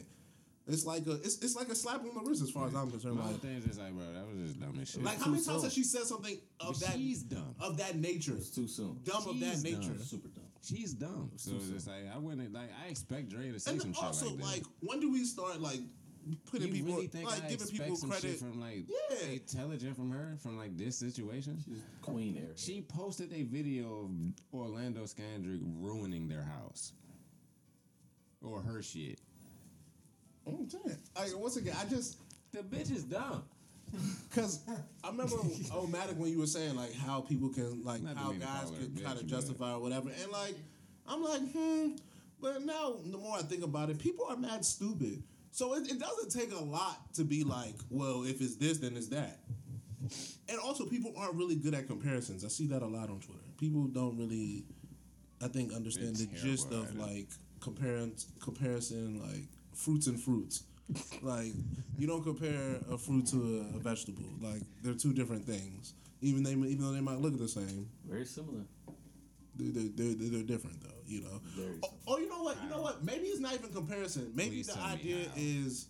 D: it's like a it's, it's like a slap on the wrist as far as I'm concerned.
C: My whole
D: Like,
C: thing is just like, bro, that was just dumb as shit.
D: like how
E: too
D: many times
E: soon.
D: has she said something of
C: But
D: that
C: she's dumb.
D: of that nature?
E: It's too soon.
D: Dumb of that
C: She's
D: nature.
C: dumb.
E: Super dumb.
C: she's dumb. So it's just like I wouldn't like I expect Dre to say some
D: And
C: shit
D: also,
C: like
D: like,
C: that.
D: when do we start like putting
C: you
D: people
C: really think
D: like
C: I
D: giving
C: expect
D: people
C: some
D: credit?
C: shit from like
D: Yeah.
C: intelligent from her from like this situation?
E: She's queen area.
C: She posted a video of Orlando Scandrick ruining their house or her shit.
D: Oh, damn. Like, once again, I just
C: The bitch is dumb.
D: Cause I remember Omatic when you were saying like how people can like
C: Not to
D: how
C: mean to
D: guys
C: call her
D: can
C: a bitch,
D: kind of
C: but-
D: justify or whatever, and like I'm like, hmm. But now the more I think about it, people are mad stupid. So it, it doesn't take a lot to be like, well, if it's this, then it's that. And also, people aren't really good at comparisons. I see that a lot on Twitter. People don't really, I think, understand
C: They're
D: the gist
C: terrible
D: of
C: at it.
D: like comparing comparison like fruits and fruits. Like you don't compare a fruit to a, a vegetable. Like they're two different things. Even they, even though they might look the same.
E: Very similar.
D: They- they- They're, they're, they're different though, you know. Oh, oh, you know what? You know what? Maybe it's not even comparison. Maybe
C: Please
D: the
C: tell me
D: idea
C: how.
D: is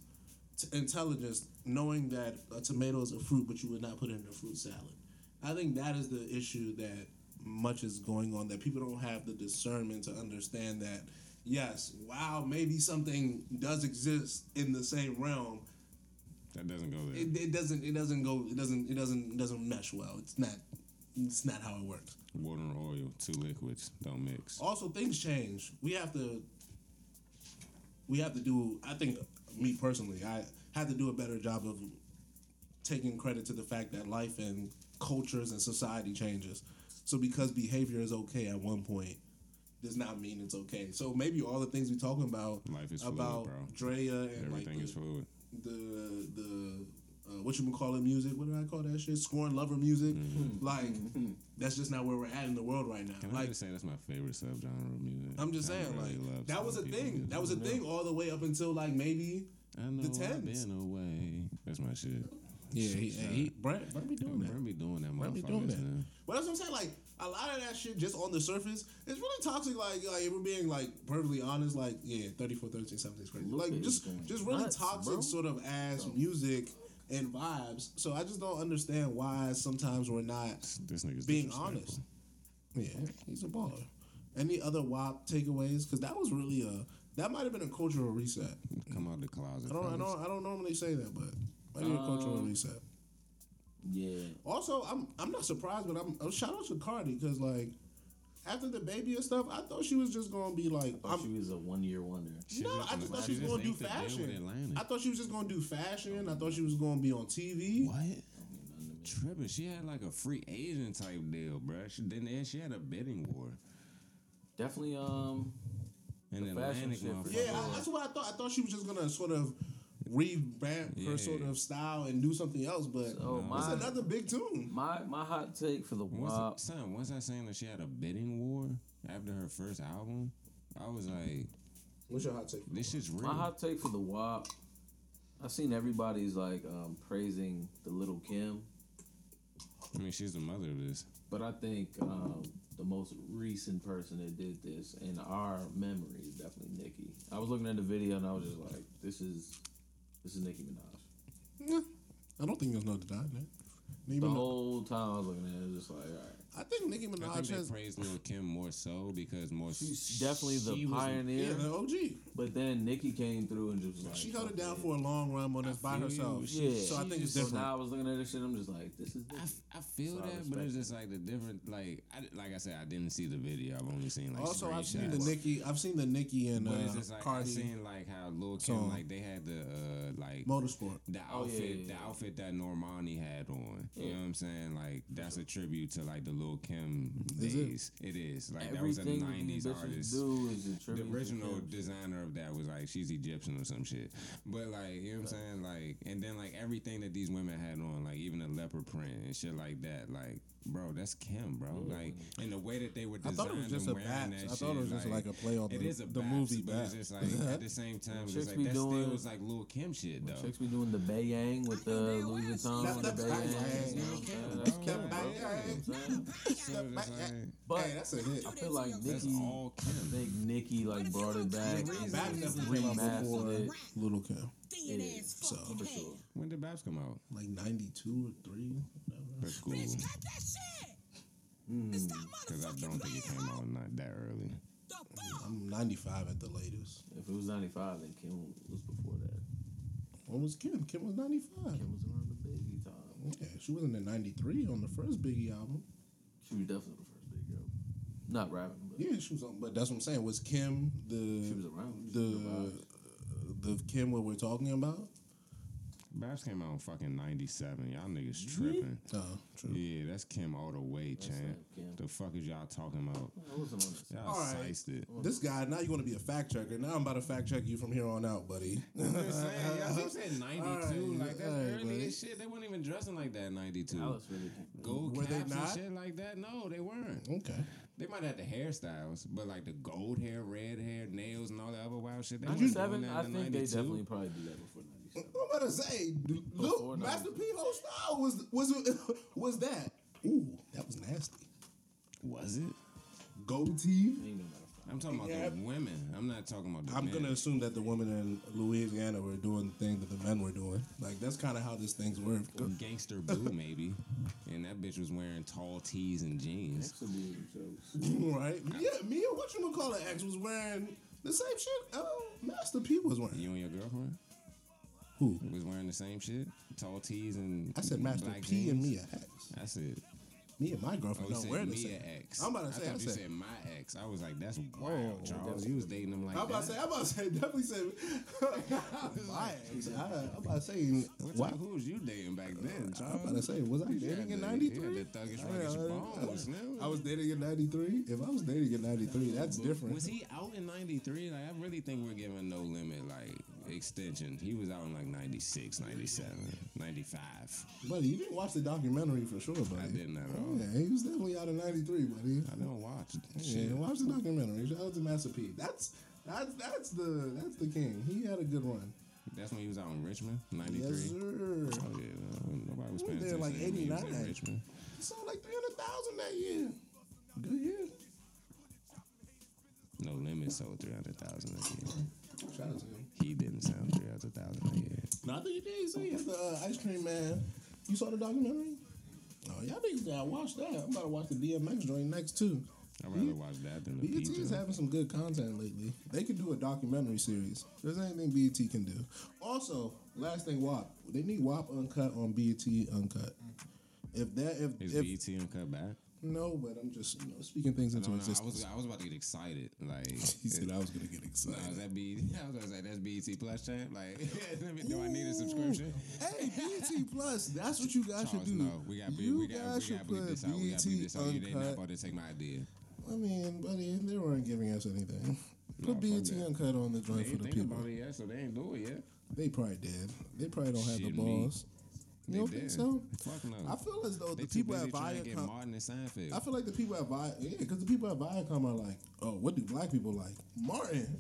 D: t- intelligence, knowing that a tomato is a fruit, but you would not put it in a fruit salad. I think that is the issue that much is going on that people don't have the discernment to understand that. Yes, wow, maybe something does exist in the same realm.
C: That doesn't go there.
D: It, it doesn't. It doesn't go. It doesn't. It doesn't. It doesn't mesh well. It's not. It's not how it works.
C: Water and oil, two liquids, don't mix.
D: also things change. We have to we have to do I think me personally, I have to do a better job of taking credit to the fact that life and cultures and society changes. So because behavior is okay at one point does not mean it's okay. So maybe all the things we're talking about
C: Life is fluid,
D: about
C: bro.
D: Drea and
C: Everything
D: like
C: is fluid.
D: the the uh, what you call it music? What do I call that shit? Scorn lover music. Like that's just not where we're at in the world right now.
C: Mm-hmm. Can I
D: like
C: just say that's my favorite subgenre of music?
D: I'm just
C: I
D: saying,
C: really
D: like
C: love
D: that was a
C: soul people
D: thing.
C: music.
D: That was a
C: I know.
D: thing all the way up until like maybe.
C: I know
D: The
C: I've
D: tens.
C: been away. That's my shit.
D: Yeah, he, he Brent, Brent be doing
C: Brent be doing that
D: Brent be doing
C: motherfuckers
D: that.
C: now.
D: But that's what I'm saying. Like a lot of that shit, just on the surface, it's really toxic. Like, like if we're being like perfectly honest, like yeah, 34, 13, 17 is crazy. Like
E: Lupe
D: just,
E: is going
D: just really
E: nuts,
D: toxic
E: bro.
D: sort of ass music and vibes. So I just don't understand why sometimes we're not
C: This nigga's
D: being
C: disrespectful.
D: honest. Yeah, he's a baller. Any other WAP takeaways? Because that was really a that might have been a cultural reset.
C: Come out the closet.
D: I don't, I
C: fellas.
D: don't, I don't normally say that, but I need a cultural
C: Um,
D: reset.
E: Yeah.
D: Also, I'm, I'm not surprised, but I'm, i shout out to Cardi because like after the baby and stuff, I thought she was just gonna be like,
E: Thought
D: I'm,
E: she was a one year wonder.
C: She
D: no,
C: just-
D: I just thought
C: she
D: she was
C: just
D: gonna do
C: ain't the deal with
D: fashion.
C: Atlanta.
D: I thought she was just gonna do fashion. I thought she was gonna be on TV.
C: What? Tripping. She had like a free agent type deal, bruh. She then and she had a bidding war.
E: Definitely um
C: And
E: The fashion
C: Atlantic
E: shit for
C: motherfucker.
D: Yeah, I, that's what I thought. I thought she was just gonna sort of revamp her
C: Yeah.
D: sort of style and do something else, but
E: So
D: it's
E: my-
D: another big tune.
E: my my hot take for the
C: Once,
E: WAP.
C: son, once I seen that she had a bidding war after her first album, I was like,
D: What's your hot take?
C: this shit's real.
E: My hot take for the WAP. I've seen everybody's like um, praising the little Kim,
C: I mean, she's the mother of this.
E: but I think um, the most recent person that did this in our memory is definitely Nicki. I was looking at the video and I was just like, this is this is Nicki Minaj.
D: I don't think there's no denying that. Nicki
E: The
D: Minaj-
E: whole time I was looking at it, I was just like, all right.
D: I think Nicki
C: I
D: Minaj
C: think they
D: has
C: praised Lil Kim more so because more
E: She's definitely the
C: she was-
E: pioneer.
D: yeah, the OG.
E: But then Nikki came through and just was like
D: She held it down
E: "Fuck
D: for a long run on this by
C: feel
D: herself.
C: you.
E: Yeah,
D: so I think it's
E: so
D: different.
E: now I was looking at this shit. I'm just like, this is
C: I,
E: different.
C: f- I feel
E: So I
C: that, but
E: respect
C: it's just like the different. Like, I, di- like I said, I didn't see the video. I've only seen like
D: also, I've seen the
C: screenshots.
D: Nicki. I've seen the Nicki and uh,
C: But it's just like I
D: Cardi
C: seen like how Lil Kim
D: song.
C: like they had the uh like
D: Motorsport.
C: the outfit
E: Oh, yeah, yeah,
C: the
E: yeah.
C: outfit that Normani had on. You know what I'm saying? Like that's a tribute to like the Lil Kim
D: Is it?
C: days. It is like
E: Everything
C: that was a '90s
E: these bitches
C: artist.
E: do is a
C: The
E: tribute to
C: original
E: Kim.
C: designer of that was like she's Egyptian or some shit, but like you know what I'm saying, like and then like everything that these women had on, like even the leopard print and shit like that, like bro, that's Kim, bro, like and the way that they were
D: I
C: designed
D: thought it was just
C: and
D: a
C: wearing
D: Baps.
C: that
D: I
C: shit,
D: thought it was just like a play on
C: it
D: the-
C: is a
D: the
C: Baps,
D: movie
C: but
D: Baps.
C: it's just like at the same time, it's
E: Chicks
C: like
E: be
C: that still
E: doing-
C: was like Lil Kim shit though.
E: Chicks be doing the bayang with the Louis Vuitton
D: That-
E: and the
D: that's right.
E: bayang. You know what I'm
D: That
E: saying? That's what I'm saying?
C: So it's just like,
E: But
D: Hey, that's a hit.
E: I feel like
C: that's
E: Nikki.
C: all
E: I
C: Kim.
E: think Nikki like brought it back,
D: Baps definitely came out before
E: remastered it.
D: Little Kim,
F: Thin
E: Yeah,
F: ass
D: so,
F: fucking
D: for
F: hair.
E: sure.
C: When did Babs come out?
D: like '92 or three. whatever.
C: That's cool.
F: Bitch, cut that shit.
E: Mm.
F: And stop
C: Because I
F: motherfucking
C: don't think
F: playing,
C: it came
F: hoe.
C: out not that early.
F: The fuck?
D: I'm 95 at the latest.
E: If it was '95, then Kim was before that.
D: When was Kim? Kim was 95.
E: Kim was around the baby time.
D: Yeah, she wasn't in '93 on the first Biggie album.
E: She was definitely the first big girl. Not rapping, but
D: Yeah, she was on. But that's what I'm saying. Was Kim the
E: she was around. She was
D: the
E: around.
D: the Kim what we're talking about?
C: Babs came out in fucking '97. Y'all niggas tripping.
D: Oh, true.
C: Yeah, that's Kim all the way, champ.
E: not Kim.
C: The fuck is y'all talking about?
E: I wasn't on this.
C: Y'all
D: All right.
C: siced it.
D: This guy, now you're going to be a fact checker. Now I'm about to fact check you from here on out, buddy.
C: Y'all said 92.
D: Alright,
C: Like, that's
D: alright,
C: early
D: buddy.
C: as shit. They weren't even dressing like that in 92.
E: Dallas really came.
C: Gold
D: Were they
C: caps and
D: not?
C: shit like that? No, they weren't.
D: okay.
C: They might have the hairstyles, but like the gold hair, red hair, nails, and all that other wild shit. They weren't doing
E: 97,
C: that
E: I
C: in
E: think they
C: 92.
E: definitely probably do that before 97.
D: I'm about to say,
E: Before
D: look, Master
E: 92.
D: P whole style was was was that. Ooh, that was nasty.
C: Was it?
D: goatee.
E: ain't no motherfucker.
C: I'm talking about
D: Yeah.
C: the women. I'm not talking about the
D: I'm
C: men.
D: gonna assume that the women in Louisiana were doing the thing that the men were doing. Like that's kind of how this thing's work.
C: Or Gangster Boo, maybe. And that bitch was wearing tall tees and jeans.
E: Absolutely. so-
D: right? Yeah, me and what you gonna call it? X was wearing the same shit. Uh, Master P was wearing.
C: You and your girlfriend
D: Who?
C: was wearing the same shit? Tall tees and
D: I said Master
C: black
D: P and
C: jeans?
D: Mia X.
C: That's it.
D: Me and my
C: Oh,
D: girlfriend
C: you
D: don't
C: said
D: wear the
C: Mia
D: same.
C: ex.
D: I'm about to say.
C: I
D: I
C: thought you
D: said.
C: said my ex. I was like, that's
D: Whoa,
C: wild, Charles. You was dating him like
D: I'm about to
C: that.
D: say. I'm about to say. Definitely said. my ex. I, I'm about to say.
C: What
D: Why?
C: type- who was you dating back then,
D: I'm
C: Charles?
D: about to say. Was I
C: You had
D: dating in
C: the-
D: '93?
C: You had the thuggish,
D: Yeah,
C: ruggish
D: I-
C: bones, man.
D: I was dating in '93. If I was dating in '93, that's different.
C: Was he out in '93? Like, I really think we're giving no limit like extension. He was out in like '96, '97, '95.
D: Buddy, you didn't watch the documentary for sure, buddy.
C: I didn't at all.
D: Yeah, he was definitely out of '93, buddy.
C: I don't watch. Shit.
D: Yeah, watch the documentary. Shout out to Master P. That's that's that's the that's the king. He had a good run.
C: That's when he was out in Richmond, '93.
D: Yes, sir.
C: Oh yeah, no, nobody was
D: We
C: paying
D: was there,
C: attention.
D: like,
C: to him when he was
D: 89.
C: in Richmond.
D: He sold like three hundred thousand that year. Good year.
C: No limit sold three hundred thousand a year.
D: Shout out to him.
C: He didn't sound three hundred thousand a year.
D: No, I think he did. He said he had the uh, ice cream man. You saw the documentary? Oh, y'all niggas gotta watch that. I'm about to watch the DMX joint next too.
C: I'd rather watch that than the
D: BET is
C: pizza.
D: having some good content lately. They could do a documentary series. There's anything BET can do. Also, last thing WAP. They need WAP uncut on BET uncut. If that if
C: Is
D: if
C: BT and cut back?
D: no, but I'm just you know, speaking things
C: I
D: into
C: don't know. I
D: existence.
C: was I was about to get excited. Like
D: he said I was gonna get excited.
C: I was at B. I was like, that's BET Plus champ. Like, let me- do I need a subscription?
D: Hey, BET Plus, that's what you guys should
C: Charles,
D: do.
C: no, we got we,
D: you
C: we got
D: guys
C: we got
D: should
C: bleep
D: put
C: this out. We got bleep
D: BET
C: this out. You they not
D: uncut.
C: about to take my idea.
D: I mean, buddy, they weren't giving us anything.
C: Nah,
D: Put
C: fuck
D: BET
C: that.
D: uncut on the joint
C: They
D: for
C: ain't
D: the
C: think
D: people.
C: about it yet, so they ain't do it yet.
D: They probably did. They probably don't have the
C: Shit, me.
D: balls.
C: They
D: You don't
C: did.
D: think so?
C: Fuck no.
D: I feel as though
C: they
D: the
C: too
D: people
C: busy
D: at
C: trying to get
D: Viacom.
C: Martin and Seinfeld.
D: I feel like the people at Viacom, yeah, because the people at Viacom are like, oh, what do black people like? Martin.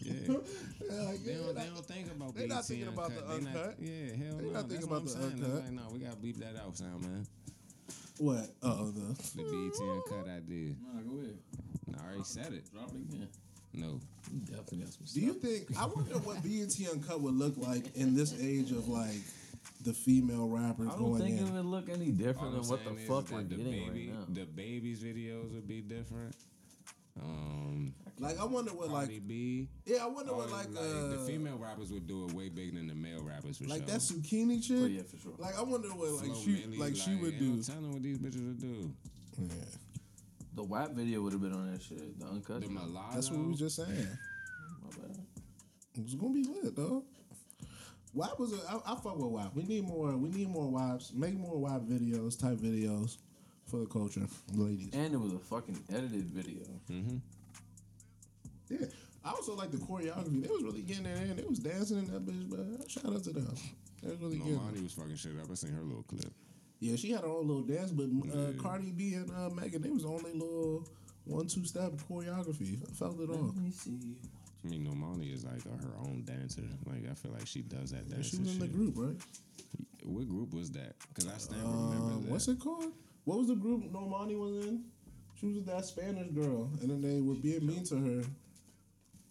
C: yeah.
D: They're like,
C: They
D: yeah,
C: don't, they
D: like-
C: don't think about
D: they not
C: BET
D: thinking about the
C: Uncut. They not-
D: uncut.
C: yeah, hell
D: They
C: no.
D: not
C: That's
D: thinking
C: what I'm
D: about the
C: saying. I'm
D: uncut.
C: Like, no, we gotta beep that out, sound man.
D: what? Oh, the
C: The BET Uncut idea.
E: Nah, go ahead.
C: I already said it.
E: Drop it again.
C: No,
E: You definitely got some
D: Do
E: stuff.
D: you think I wonder what BET Uncut would look like in this age of like the female rapper
E: I don't
D: going
E: think it
D: in?
E: would look any different than what the
C: saying is
E: fuck
C: that
E: we're
C: the
E: getting
C: baby,
E: right now.
C: The baby's videos would be different. Um,
D: Like I wonder what like
C: Cardi B.
D: yeah, I wonder
C: all
D: what like,
C: like,
D: uh,
C: the female rappers would do it way bigger than the male rappers for
D: like
C: sure.
D: that zucchini chick.
E: Oh, yeah, for sure.
D: Like I wonder what like
C: Flo
D: she
C: Milli,
D: like she would
C: ain't
D: do.
C: No telling what these bitches would do.
D: Yeah.
E: The WAP video would have been on that shit. The uncut.
C: The mulatto.
D: That's what we just saying.
E: My bad.
D: It's gonna be lit, though. WAP was a, I, I fuck with WAP. We need more. We need more WAPs. Make more WAP videos, type videos for the culture, ladies.
E: And it was a fucking edited video.
C: Hmm.
D: Yeah. I also like the choreography. They was really getting it in. They was dancing in that bitch, but shout out to them. They was really getting.
C: Normani
D: It.
C: was fucking shit up. I seen her little clip.
D: Yeah, she had her own little dance, but uh,
C: Yeah.
D: Cardi B and uh, Megan, they was on their little one two step choreography. I felt it all.
E: Let me see.
C: I mean, Normani is like her own dancer. Like I feel like she does that dance.
D: She was in
C: and
D: the
C: shit.
D: group, right?
C: What group was that? Because I still remember
D: Uh,
C: that.
D: what's it called? What was the group Normani was in? She was with that Spanish girl, and then they were being mean to her.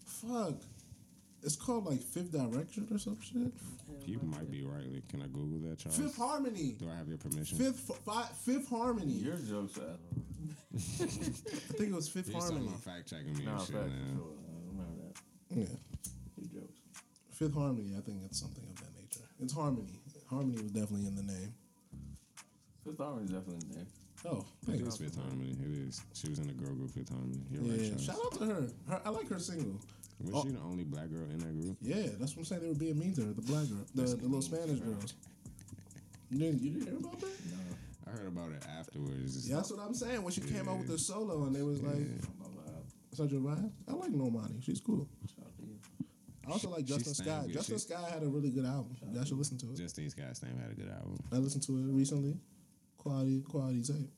D: Fuck. It's called like Fifth Direction or some shit.
C: You might be right. Like, Can I Google that, Charles?
D: Fifth Harmony.
C: Do I have your permission?
D: Fifth fi- Fifth Harmony.
E: Your jokes are.
D: I think it was Fifth
C: You're talking
D: Harmony.
C: about fact checking me
E: Nah,
C: and
E: fact, Oh,
C: shit,
E: for sure. I
C: man.
E: remember that.
D: Yeah.
E: Your jokes.
D: Fifth Harmony. I think it's something of that nature. It's Harmony. Harmony was definitely in the name.
E: Fifth Harmony's definitely there.
D: Oh,
C: It
D: thanks.
C: is Fifth Harmony. It is. She was in the girl group Fifth Harmony. You're right,
D: Yeah.
C: Charles.
D: Shout oh. out to her. her. I like her single.
C: Was she the only black girl in that group?
D: Yeah, that's what I'm saying. They were being mean to her. The black girl, the, the little Spanish girls. You didn't, you didn't hear about that?
C: I heard about it afterwards.
D: Yeah, that's what I'm saying. When she came out with the solo and it was like
E: My bad.
D: such a vibe. I like Normani. She's cool.
E: Shout out to you.
D: I also like Justin
C: sang
D: Sky.
C: good.
D: Justin
C: She-
D: Sky had a really good album. You guys should listen to it.
C: Justine Scott's name had a good album.
D: I listened to it recently. Quality, quality tape.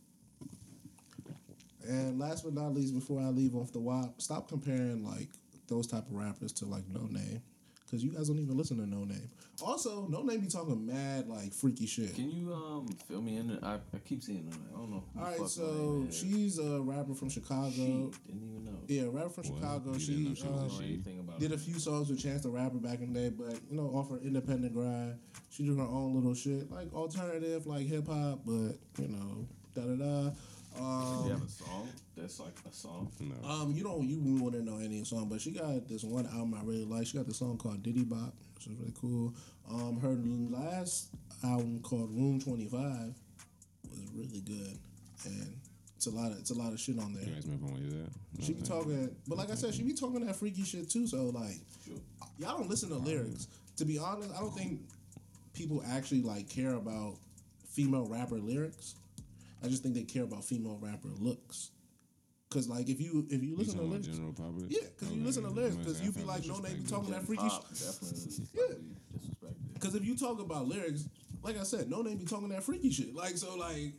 D: And last but not least, before I leave off the WAP, stop comparing like those type of rappers to like No Name. because you guys don't even listen to No Name. Also, No Name be talking mad like freaky shit.
E: Can you um fill me in? I, I keep seeing her. I don't know. who the
D: All
E: fuck her
D: right, so
E: name is.
D: she's a rapper from
E: She
D: Chicago.
E: didn't even know.
D: Yeah, rapper from
C: What?
D: Chicago.
C: You didn't know
D: She,
C: she
D: uh,
C: was
E: Don't know anything about
D: did
E: her.
D: a few songs with Chance the Rapper back in the day, but you know, off her independent grind, she do her own little shit like alternative, like hip hop, but you know, da da da. Um,
E: Do you have a song that's like a song?
C: No.
D: Um, you don't you wouldn't know any song, but she got this one album I really like. She got this song called Diddy Bop, which is really cool. Um, her last album called Room Twenty Five was really good, and it's a lot of it's a lot of shit on
C: You
D: there.
C: guys remember when we did that? No,
D: She be
C: thank
D: talking, but like I said, she be talking that freaky shit too. So like,
E: Sure.
D: y'all don't listen to lyrics. To be honest, I don't think people actually like care about female rapper lyrics. I just think they care about female rapper looks. Cause like if you if you
C: You
D: listen to
C: talking about
D: lyrics,
C: general public?
D: yeah, because you
C: Okay,
D: listen to lyrics,
C: must
D: because
C: have
D: you be
C: felt
D: like, no, they be
C: disrespected.
D: talking that freaky
E: Pop
D: shit.
E: definitely disrespected.
D: Because if you talk about lyrics, like I said, no, they be talking that freaky shit. Like so, like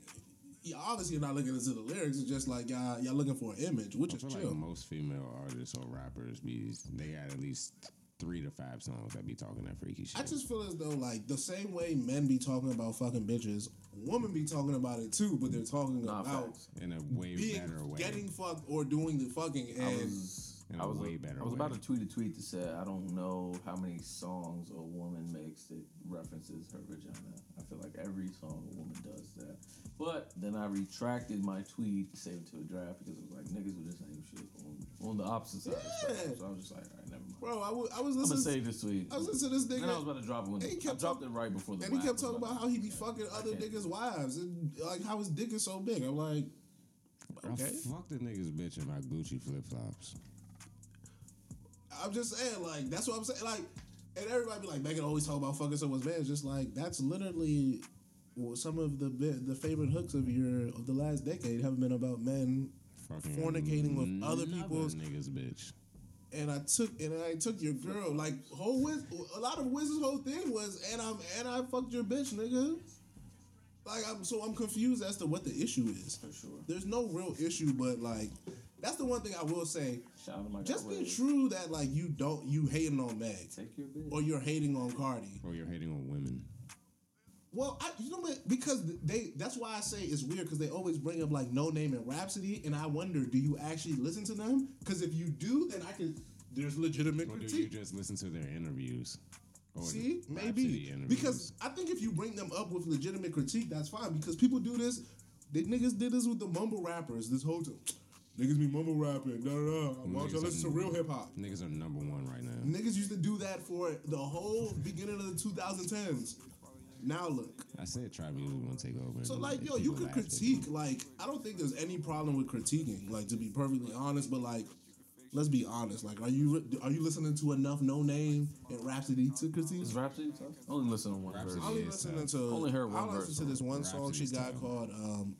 D: y'all obviously are not looking into the lyrics. It's just like y'all y'all looking for an image, which
C: I
D: is
C: feel
D: chill.
C: like most female artists or rappers be they got at least three to five songs that be talking that freaky shit.
D: I just feel as though like the same way men be talking about fucking bitches, women be talking about it too, but they're talking
E: Nah,
D: about
E: facts.
C: in a way
D: being
C: better way.
D: getting fucked or doing the fucking
E: I
D: and
E: was,
C: in
E: I
C: a
E: was,
C: way better
E: I was about
C: way.
E: to tweet a tweet that said, I don't know how many songs a woman makes that references her vagina. I feel like every song a woman does that. But then I retracted my tweet, saved it to a draft because it was like niggas with the same shit on, on the opposite side. Of the spectrum.
D: Yeah.
E: so I was just like, all right, never mind.
D: bro, I wa- I was
E: I'm gonna
D: listening.
E: save this tweet.
D: I was listening to this
E: and I was
D: nigga,
E: about to drop it when
D: and he
E: I
D: kept
E: dropped it right before the
D: and he
E: laugh.
D: kept
E: I was
D: talking about
E: like,
D: how he be fucking
E: I
D: other
E: can't.
D: niggas' wives and like how his dick is so big. I'm like,
C: I
D: okay.
C: fucked the niggas bitch in my Gucci flip flops.
D: I'm just saying, like, that's what I'm saying. Like, and everybody be like, Megan always talk about fucking someone's man. It's just like, that's literally well, some of the bi- the favorite hooks of your of the last decade have been about men
C: Fucking
D: fornicating with other
C: another
D: people's.
C: niggas bitch.
D: And I took and I took your girl. Like whole Wiz, a lot of Wiz's whole thing was, and I'm and I fucked your bitch, nigga. Like I'm so I'm confused as to what the issue is.
E: For sure.
D: There's no real issue, but like that's the one thing I will say.
E: Shout out to my guy
D: Just be
E: Wade.
D: true that like you don't you hating on Meg
E: Take your bitch.
D: or you're hating on Cardi.
C: Or you're hating on women.
D: Well, I, you know what? Because they that's why I say it's weird because they always bring up like No Name and Rhapsody, and I wonder, do you actually listen to them? Because if you do, then I can. There's legitimate
C: Or do you
D: critique.
C: just listen to their interviews? Or
D: See,
C: the Rhapsody
D: maybe
C: interviews?
D: because I think if you bring them up with legitimate critique, that's fine. Because people do this. The niggas did this with the mumble rappers. This whole time. niggas be mumble rapping. Da da da. I want y'all to
C: Niggas
D: listen to
C: are-
D: real hip hop.
C: niggas are number one right now.
D: Niggas used to do that for the whole beginning of the 2010s. Now look.
C: I said tribe was gonna take over.
D: So
C: and
D: like, yo,
C: people
D: you could
C: laughed at me.
D: critique. Like, I don't think there's any problem with critiquing. Like, to be perfectly honest, but like, let's be honest. Like, are you are you listening to enough No Name and Rhapsody to critique?
E: Is Rhapsody? tough? I only listen to one
C: Rhapsody.
E: version.
D: I only
C: Yeah,
D: listening
C: so-
D: to
E: Only heard
D: I
E: one
D: listened
E: verse
D: to this one
C: Rhapsody
D: song she
C: is
D: got
C: terrible.
D: called um,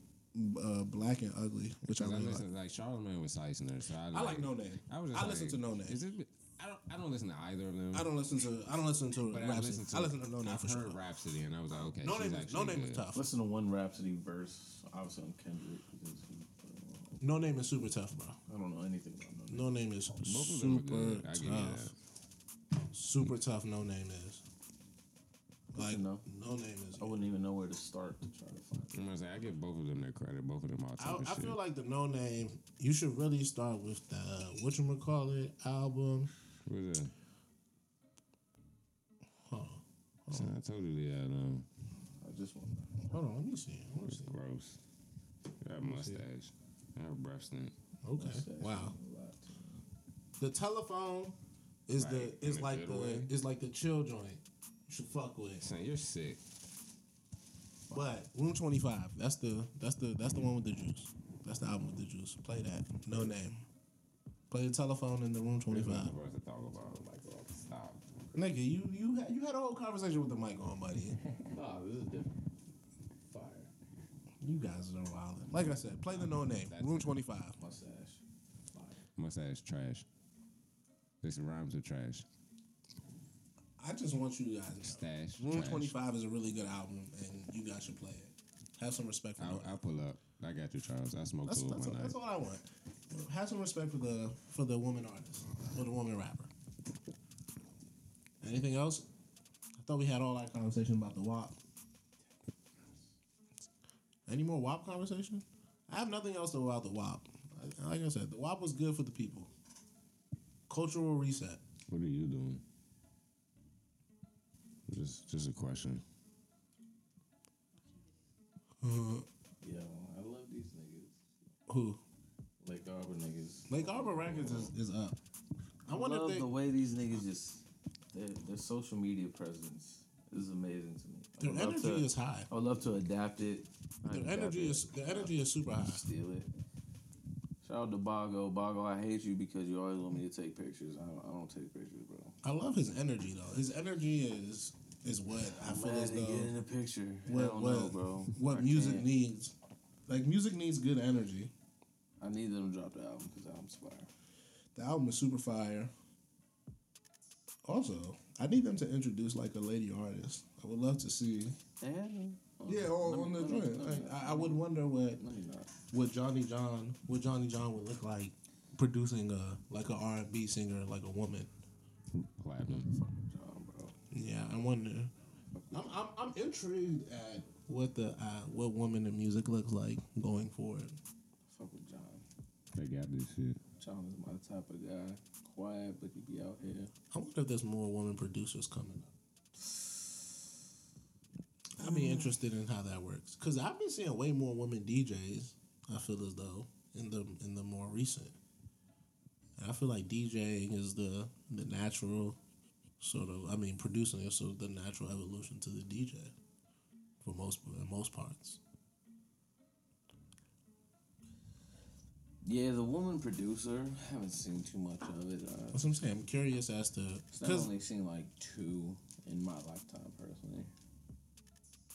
D: uh, "Black and Ugly," which I
C: Cause I
D: really like.
C: listen, like Charlamagne was slicing her. So I,
D: I like No Name. I,
C: I was. Just like,
D: listen to No Name.
C: Is it, I don't. I don't listen to either of them.
D: I don't listen to I don't listen to
C: But
D: Rhapsody.
C: I listen to.
D: No Name
C: I've
D: for
C: heard
D: sure.
C: Rhapsody, and I was like, okay.
D: no
C: she's
D: Name, is- No
C: actually
D: Name
C: good.
D: is tough.
E: Listen to one Rhapsody verse, obviously on Kendrick, because he,
D: No Name is super tough, bro.
E: I don't know anything about him.
D: No Name is
C: Oh, Both of them are
D: super
C: good. I give you
D: tough.
C: that.
D: super tough no name is. Like
E: know.
D: no name is.
E: I wouldn't even know where to start to try to find it.
C: I'm gonna say I give both of them their credit. Both of them all
G: I,
C: type of
G: I
C: shit.
G: feel like the no name. You should really start with the what you call it album.
C: What was that? So I told you that. Um,
E: I just want
G: Hold on, let me see. I wanna see.
C: gross. That mustache. That breath stink.
G: Okay, wow. The telephone is
C: Right,
G: the is
C: in a
G: like
C: good
G: the
C: way.
G: is like the chill joint. You should fuck with.
C: Son, you're sick.
G: But room twenty five. That's the that's the that's the one with the juice. That's the album with the juice. Play that. No name. Play the telephone in the room twenty
C: There's
G: five.
C: nothing for us to talk about. Like, oh, stop.
G: Nigga, you you had you had a whole conversation with the mic on, buddy.
E: Nah, this is different. Fire.
G: You guys are wild. Like I said, play the no name. Room twenty five.
E: Mustache. Fire.
C: Mustache trash. This rhymes with trash.
G: I just want you guys to know.
C: Stash.
G: Room
C: trash.
G: twenty five is a really good album and you guys should play it. Have some respect for
C: I'll,
G: No
C: I'll pull up. I got you, Charles. I smoked
G: That's
C: two
G: that's,
C: of my night.
G: that's all I want. Have some respect for the for the woman artist or the woman rapper.
D: Anything else? I thought we had all that
H: Conversation about the WAP.
D: Any more WAP conversation? I have nothing else about the WAP. I- Like I said, the WAP was good for the people. Cultural reset.
C: What are you doing? Just, just a question.
E: Yo, I love these niggas.
D: Who?
E: Lake Arbor niggas.
D: Lake Arbor Records is, is up. I
E: I
D: wonder
E: love
D: if they,
E: the way these niggas just their, their social media presence is amazing to me. I would
D: their
E: love
D: energy
E: to- Oh,
D: is high.
E: I would love to adapt it. Not
D: Their
E: adapt
D: energy
E: it,
D: is their energy is super high.
E: steal it. Shout out to Bago. Bago, I hate you because you always want me to take pictures. I don't, I don't take pictures, bro.
D: I love his energy though. His energy is is what I
E: I'm
D: feel
E: mad
D: as
E: to get
D: though
E: in the picture. I
D: what
E: don't
D: what,
E: know, bro.
D: what
E: I
D: music
E: can't.
D: needs. Like music needs good energy.
E: I need them to drop the album because I'm inspired.
H: The album is super fire. Also, I need them to introduce like a lady artist. I would love to see.
E: And
H: Yeah, or on the joint. Like, I, I would wonder what
E: Let me not.
D: What Johnny John what Johnny John would look like producing a like a R and B singer like a woman.
C: Platinum.
E: John, bro.
D: Yeah, I wonder. I'm I'm, I'm intrigued at what the uh, what woman in music looks like going forward.
E: Fuck with John.
C: They got this shit.
E: John is my type of guy. Quiet, but he be out here.
D: I wonder if there's more woman producers coming up. I'd be interested in how that works because I've been seeing way more women DJs. I feel as though in the in the more recent, and I feel like DJing is the the natural sort of. I mean, producing is sort of the natural evolution to the DJ for most in most parts.
E: Yeah, the woman producer. I haven't seen too much of it. Uh,
D: That's what I'm saying. I'm curious as to
E: so I've
D: because
E: only seen like two in my lifetime, personally.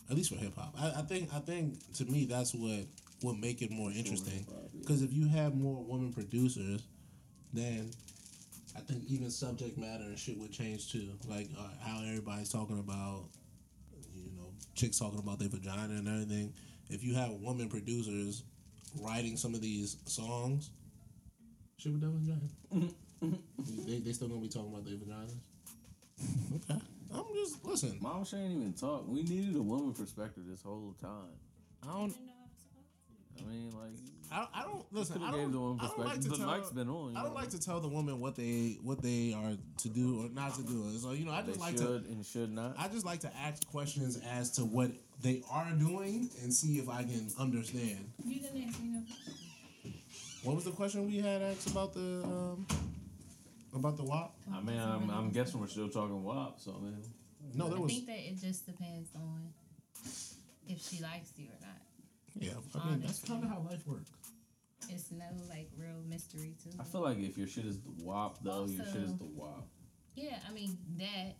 D: at least for hip hop. I, I think I think to me that's what would make it more interesting. Because if you have more women producers, then I think even subject matter and shit would change too. Like uh, how everybody's talking about, you know, chicks talking about their vagina and everything. If you have women producers writing some of these songs, shit would definitely change. they, they still gonna be talking about their vaginas. Okay, I'm just listen.
E: Mom, she ain't even talk. We needed a woman perspective this whole time.
D: I don't.
E: I mean, like,
D: I, I don't listen.
E: could've
D: I
E: gave
D: don't,
E: the woman
D: I don't like to
E: perspective. The
D: tell.
E: mic's been on, you
D: I don't
E: know.
D: like to tell the woman what they what they are to do or not to do. So you know, I
E: they
D: just like to.
E: should and should not.
D: I just like to ask questions as to what they are doing and see if I can understand.
I: You didn't ask me no question.
D: What was the question we had asked about the um, about the WAP?
E: I mean, I'm, I'm guessing we're still talking WAP, so I mean,
D: No, there
I: I
D: was
I: think that it just depends on if she likes you or not.
D: yeah. I mean, that's
I: Honestly.
D: kind of how life works.
I: It's no like real mystery to
E: I
I: it.
E: feel like if your shit is the WAP, though, your shit is the WAP.
I: Yeah, I mean that,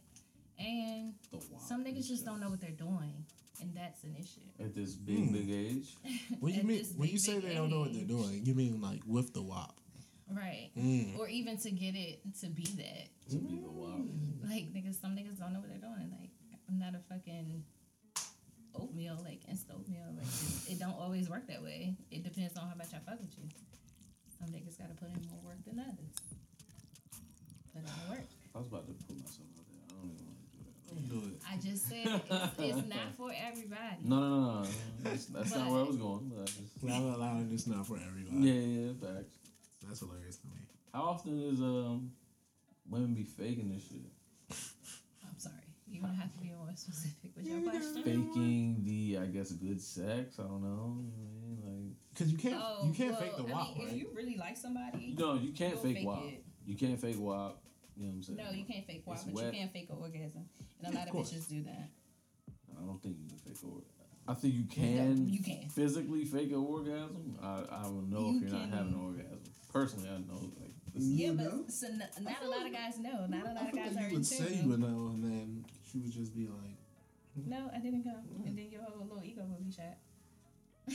I: and
E: The WAP.
I: some niggas
E: is
I: just don't know what they're doing, and that's an issue.
E: At this big, big age,
D: When you
I: At
D: mean
I: this
D: when
I: big,
D: you say
I: big
D: they don't know what they're
I: age.
D: doing, you mean like with the WAP?
I: Right. Or even to get it to be that.
E: to be the WAP.
I: Like niggas some niggas don't know what they're doing. Like I'm not a fucking oatmeal, like instant oatmeal. Like it, it don't always work that way. It depends on how much I fuck with you. Some niggas gotta put in more work than others. But it'll work.
E: I was about to put myself out there. I don't even want to do that.
I: I just said it's, it's not for everybody.
E: No, no, no, no. That's, that's not
I: But-
E: where I was going. But I just,
D: Not allowing this not for everybody.
E: yeah, yeah, yeah, facts.
D: That's hilarious to me.
E: How often is um women be faking this shit?
I: I'm sorry. You're gonna have to be more specific with your question.
E: Faking
I: Mm-hmm.
E: the, I guess, good sex. I don't know. You know what I mean?
D: Because you can't
I: Oh,
D: you can't
I: well,
D: fake the
I: I
D: WAP,
I: mean,
D: right?
I: If you really like somebody,
E: Like, no, you can't
I: You'll
E: fake
I: fake
E: WAP.
I: it.
E: You can't fake WAP. You know what I'm saying?
I: No, you can't fake wop,
E: It's
I: but
E: wet.
I: you can fake an orgasm, and a
D: Yeah,
I: lot
D: of
I: of,
D: course.
I: bitches do that.
E: I don't think you can fake an orgasm. I think you can.
I: you can.
E: physically fake an orgasm. I, I don't know
I: You
E: if you're
I: can.
E: not having an orgasm. Personally, I know. Like, this is,
I: Yeah, but so n- not a lot of guys know. Not a lot of guys are in tune.
D: know, and then she would just be like,
I: No, I didn't come, and then your whole little ego will be shot.
E: I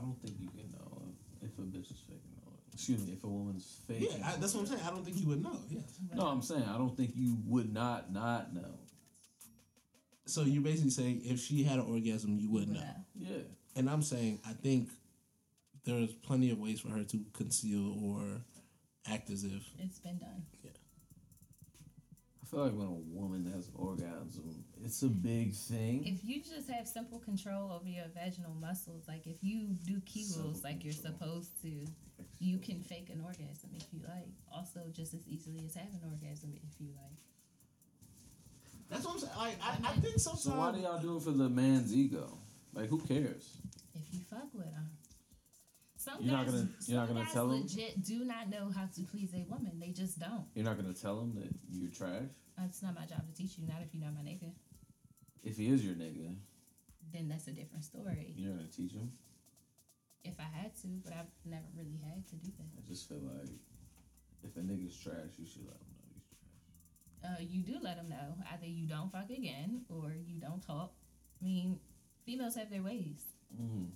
E: don't think you can know if a bitch is faking. an orgasm. Excuse me, if a woman's faking.
D: "Yeah, I, that's what I'm saying. I don't think you would know." Yeah.
E: No, I'm saying I don't think you would not not know.
D: So you're basically saying if she had an orgasm, you would know.
I: uh,
E: Yeah.
D: And I'm saying I think there's plenty of ways for her to conceal or act as if.
I: It's been done.
E: I feel like when a woman has an orgasm, it's a big thing.
I: If you just have simple control over your vaginal muscles, like if you do Kegels
E: Simple
I: like you're
E: control.
I: supposed to, you can fake an orgasm if you like. Also, just as easily as have an orgasm if you like.
D: That's what I'm saying. Like, I, I think sometimes.
E: So why do y'all do it for the man's ego? Like who cares?
I: If you fuck with them. Some
E: You're not
I: guys,
E: gonna- you're not
I: some
E: gonna
I: guys
E: tell 'em?
I: legit do not know how to please a woman. They just don't.
E: You're not gonna tell him that you're trash.
I: It's not my job to teach you. Not if you're not my nigga.
E: If he is your nigga,
I: Then that's a different story.
E: you're not gonna teach him.
I: If I had to, but I've never really had to do that.
E: I just feel like if a nigga's trash, you should let him know he's trash.
I: Uh, you do let them know. Either you don't fuck again or you don't talk. I mean, females have their ways.
E: Mm.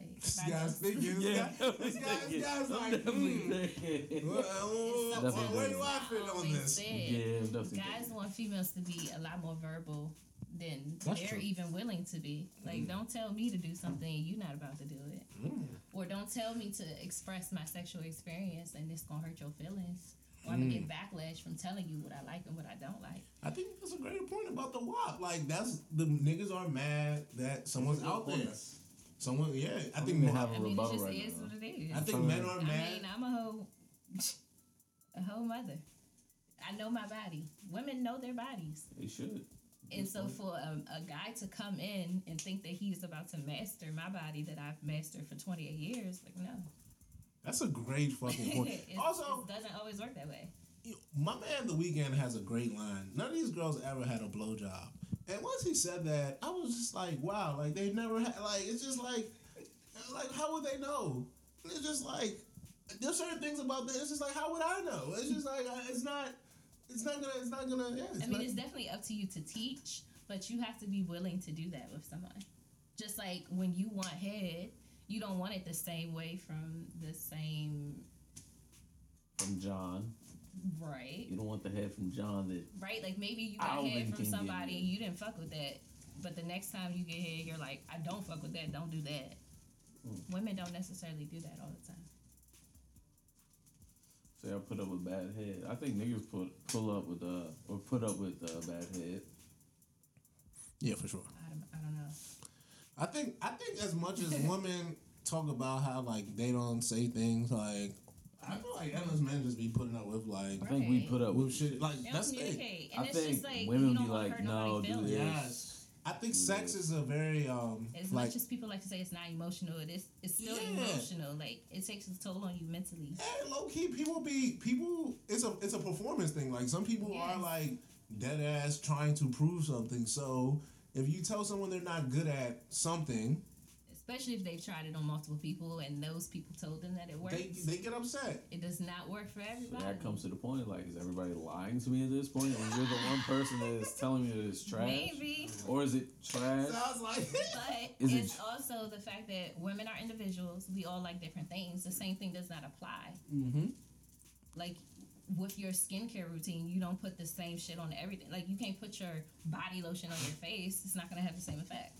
I: Like,
H: This
I: by
H: guy's
I: no-
H: thinking. This guy, this guy, this guy's
E: I'm
H: like,
E: definitely
H: hmm,
E: thinking.
H: well, uh,
I: It's
E: something
H: where do
I: I
H: I fit on
I: always
H: this?
I: said,
E: Yeah, I'm definitely
I: guys
E: thinking.
I: want females to be a lot more verbal than
H: That's
I: they're
H: true.
I: even willing to be. Like,
E: Mm-hmm.
I: don't tell me to do something and you're not about to do it,
E: Mm.
I: or don't tell me to express my sexual experience and it's gonna hurt your feelings, or I'm gonna
E: Mm.
I: get backlash from telling you what I like and what I don't like.
D: I think that's a great point about the WAP. Like that's the niggas are mad that someone's out there. Someone, yeah. I think
E: even
D: men
E: have
D: have.
I: I
E: A
I: mean, it
E: rebuttal
I: just
E: right
I: is
E: now.
I: what it is.
D: I think men are
I: I
D: mad.
I: mean, uh, I'm a whole, a whole mother. I know my body. Women know their bodies.
E: They should.
I: And so for a, a guy to come in and think that he's about to master my body that I've mastered for 28 years, like no.
D: That's a great fucking point.
I: It-
D: also,
I: it doesn't always work that way.
D: you- my man the weekend has a great line. None of these girls ever had a blowjob. And once he said that, I was just like, wow, like they never had like it's just like like how would they know? It's just like there's certain things about this. It's just like how would I know? It's just like I- it's not it's not gonna it's not gonna yeah, it's
I: I mean,
D: not-
I: it's definitely up to you to teach, but you have to be willing to do that with someone. Just like when you want head, you don't want it the same way from the same
E: From John,
I: right.
E: you don't want the head from John that
I: Right? Like maybe you got
E: Alvin
I: head
E: can
I: from
E: get
I: somebody
E: it.
I: and you didn't fuck with that. But the next time you get head, you're like, I don't fuck with that, don't do that.
E: Hmm.
I: Women don't necessarily do that all the time.
E: So y'all put up with bad head. I think niggas put pull up with uh or put up with uh bad head.
D: Yeah, for sure.
I: I don't, I don't know.
D: I think I think as much as women talk about how like they don't say things like I feel like endless men just be putting up with like
E: I think we
I: Right.
E: put up
D: with
E: with.
D: shit like
I: They don't
D: that's it.
I: communicate.
E: I
I: And it's
E: think
I: just like
E: women
I: you
E: be
I: don't want to
E: like,
I: hurt nobody's
E: no, do
I: feelings.
E: this.
D: Yes, I think sex is a very um
I: As
D: like
I: much as people like to say it's not emotional, it is it's still
D: Yeah.
I: emotional. Like it takes a toll on you mentally.
D: and low key eh, people be people it's a it's a performance thing like some people
I: Yes.
D: are like dead ass trying to prove something so if you tell someone they're not good at something
I: Especially if they've tried it on multiple people and those people told them that it works.
D: they they get upset
I: it does not work for
E: So
I: everybody.
E: that comes to the point like, is everybody lying to me at this point? Or you're the one person that is telling me that it's trash,
I: Maybe.
E: or is it trash?
D: sounds like
I: But
E: Is it-
I: it's also the fact that women are individuals. We all like different things. The same thing does not apply.
E: Mm-hmm.
I: Like with your skincare routine, you don't put the same shit on everything. Like you can't put your body lotion on your face. It's not gonna have the same effect.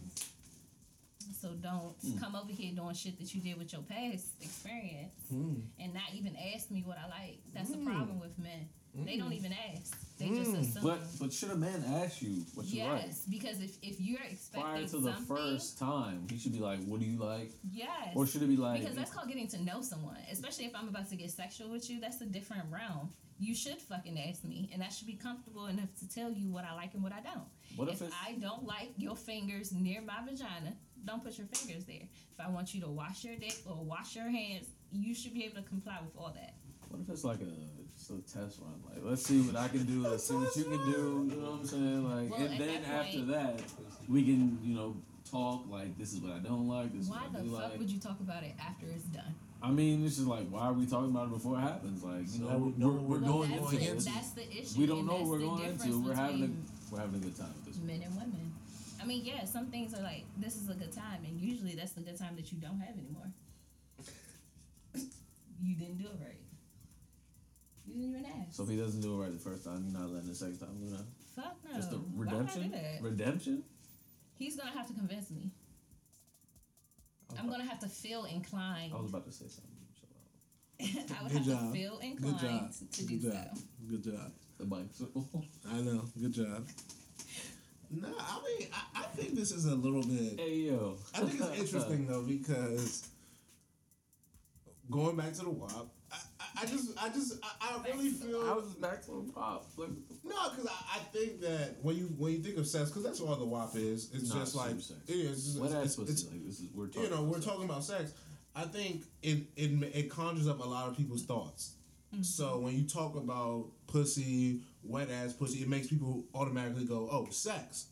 I: So don't
E: Hmm.
I: come over here doing shit that you did with your past experience
E: Hmm.
I: and not even ask me what I like. That's the problem with men. They don't even ask. They just assume.
E: Hmm. But but should a man ask you what you like
I: yes, because if, if you're expecting
E: prior to the
I: something,
E: first time? He should be like, what do you like?
I: yes,
E: Or should it be like?
I: Because that's called getting to know someone, especially if I'm about to get sexual with you. That's a different realm. You should fucking ask me, and I should be comfortable enough to tell you what I like and what I don't.
E: What if
I: if
E: it's-
I: I don't like your fingers near my vagina, don't put your fingers there. If I want you to wash your dick or wash your hands, you should be able to comply with all that.
E: What if it's like a just a test run? Like, let's see what I can do. Let's see what you can do. You know what I'm saying? Like,
I: Well,
E: and
I: at
E: then
I: that
E: after
I: point-
E: that, we can you know talk. Like, this is what I don't like. This is
I: Why
E: what I
I: the
E: do
I: fuck
E: like.
I: would you talk about it after it's done?
E: I mean, it's just like, why are we talking about it before it happens? Like, you know,
D: that we
E: we're,
D: know
E: we're,
D: what we're
E: going
I: that's,
E: into
I: the,
E: it.
I: that's the issue.
E: We don't
I: and
E: know what
I: that's
E: we're
I: the
E: going
I: difference
E: into. We're having
I: between-
E: a we're having a good time at this. point.
I: men and women. I mean, yeah, some things are like this is a good time, and usually that's the good time that you don't have anymore. you didn't do it right. You didn't even ask.
E: So if he doesn't do it right the first time, you're not letting the second time go down.
I: Fuck no.
E: Just a
I: Oh, Why would I do
E: redemption.
I: that?
E: Redemption.
I: He's gonna have to convince me.
E: I was
I: I'm
E: about-
I: gonna have to feel inclined.
E: I was about to say something.
I: I
H: Good
I: would have
H: job.
I: to feel
H: Good job.
I: inclined to do
H: Good
I: so.
H: job. Good job.
E: the bicycle.
H: I know. Good job.
D: No, I mean, I, I think this is a little bit.
E: hey yo.
D: I think it's interesting though because going back to the WAP, I, I, I just, I just, I, I really feel
E: I was back to the pop. Like, what the
D: no, because I, I think that when you when you think of sex, because that's all the WAP is. It's
E: No,
D: just
E: it's
D: like
E: same sex.
D: yeah, it's just,
E: what
D: it's,
E: that's
D: it's,
E: supposed
D: it's,
E: to be like? This is we're talking.
D: you know we're
E: about
D: talking about sex. I think it it ma- it conjures up a lot of people's thoughts. So when you talk about pussy, wet ass pussy, it makes people automatically go, "Oh, sex."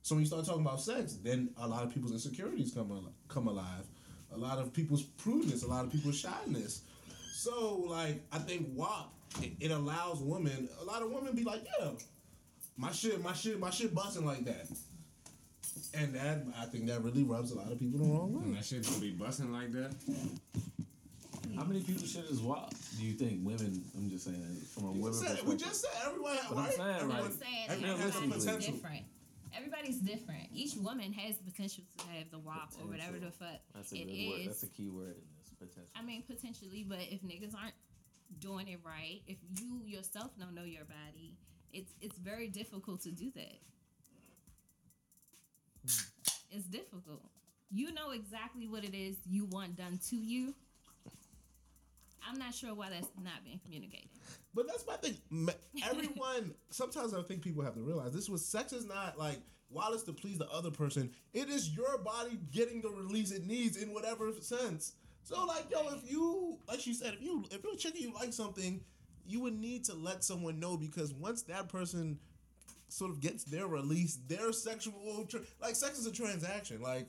D: So when you start talking about sex, then a lot of people's insecurities come al- come alive. A lot of people's prudeness, a lot of people's shyness. So like, I think WAP it, it allows women. A lot of women be like, "Yeah, my shit, my shit, my shit, busting like that." And that I think that really rubs a lot of people the wrong way.
C: And that shit gonna be busting like that.
E: sex. How many people shit is WAP? Do you think women? I'm just saying from a
D: We
E: woman
D: said-
E: perspective.
D: we just said everyone,
E: I'm
D: right?
E: saying,
D: Everyone-
E: like,
I: I'm saying
D: everyone has some
I: everybody's
D: potential.
I: different. Everybody's different. Each woman has the potential to have the wop or whatever the fuck
E: That's a
I: it
E: good word. That's
I: is.
E: a key word in this potential.
I: I mean, potentially, but if niggas aren't doing it right, if you yourself don't know your body, it's it's very difficult to do that.
D: Hmm.
I: It's difficult. You know exactly what it is you want done to you. I'm not sure why that's not being communicated.
D: But that's my thing. Ma- Everyone. sometimes I think people have to realize this was sex is not like while it's to please the other person. It is your body getting the release it needs in whatever sense. So like yo, if you like she said, if you if you're a chick and you like something, you would need to let someone know because once that person sort of gets their release, their sexual tra- like sex is a transaction. Like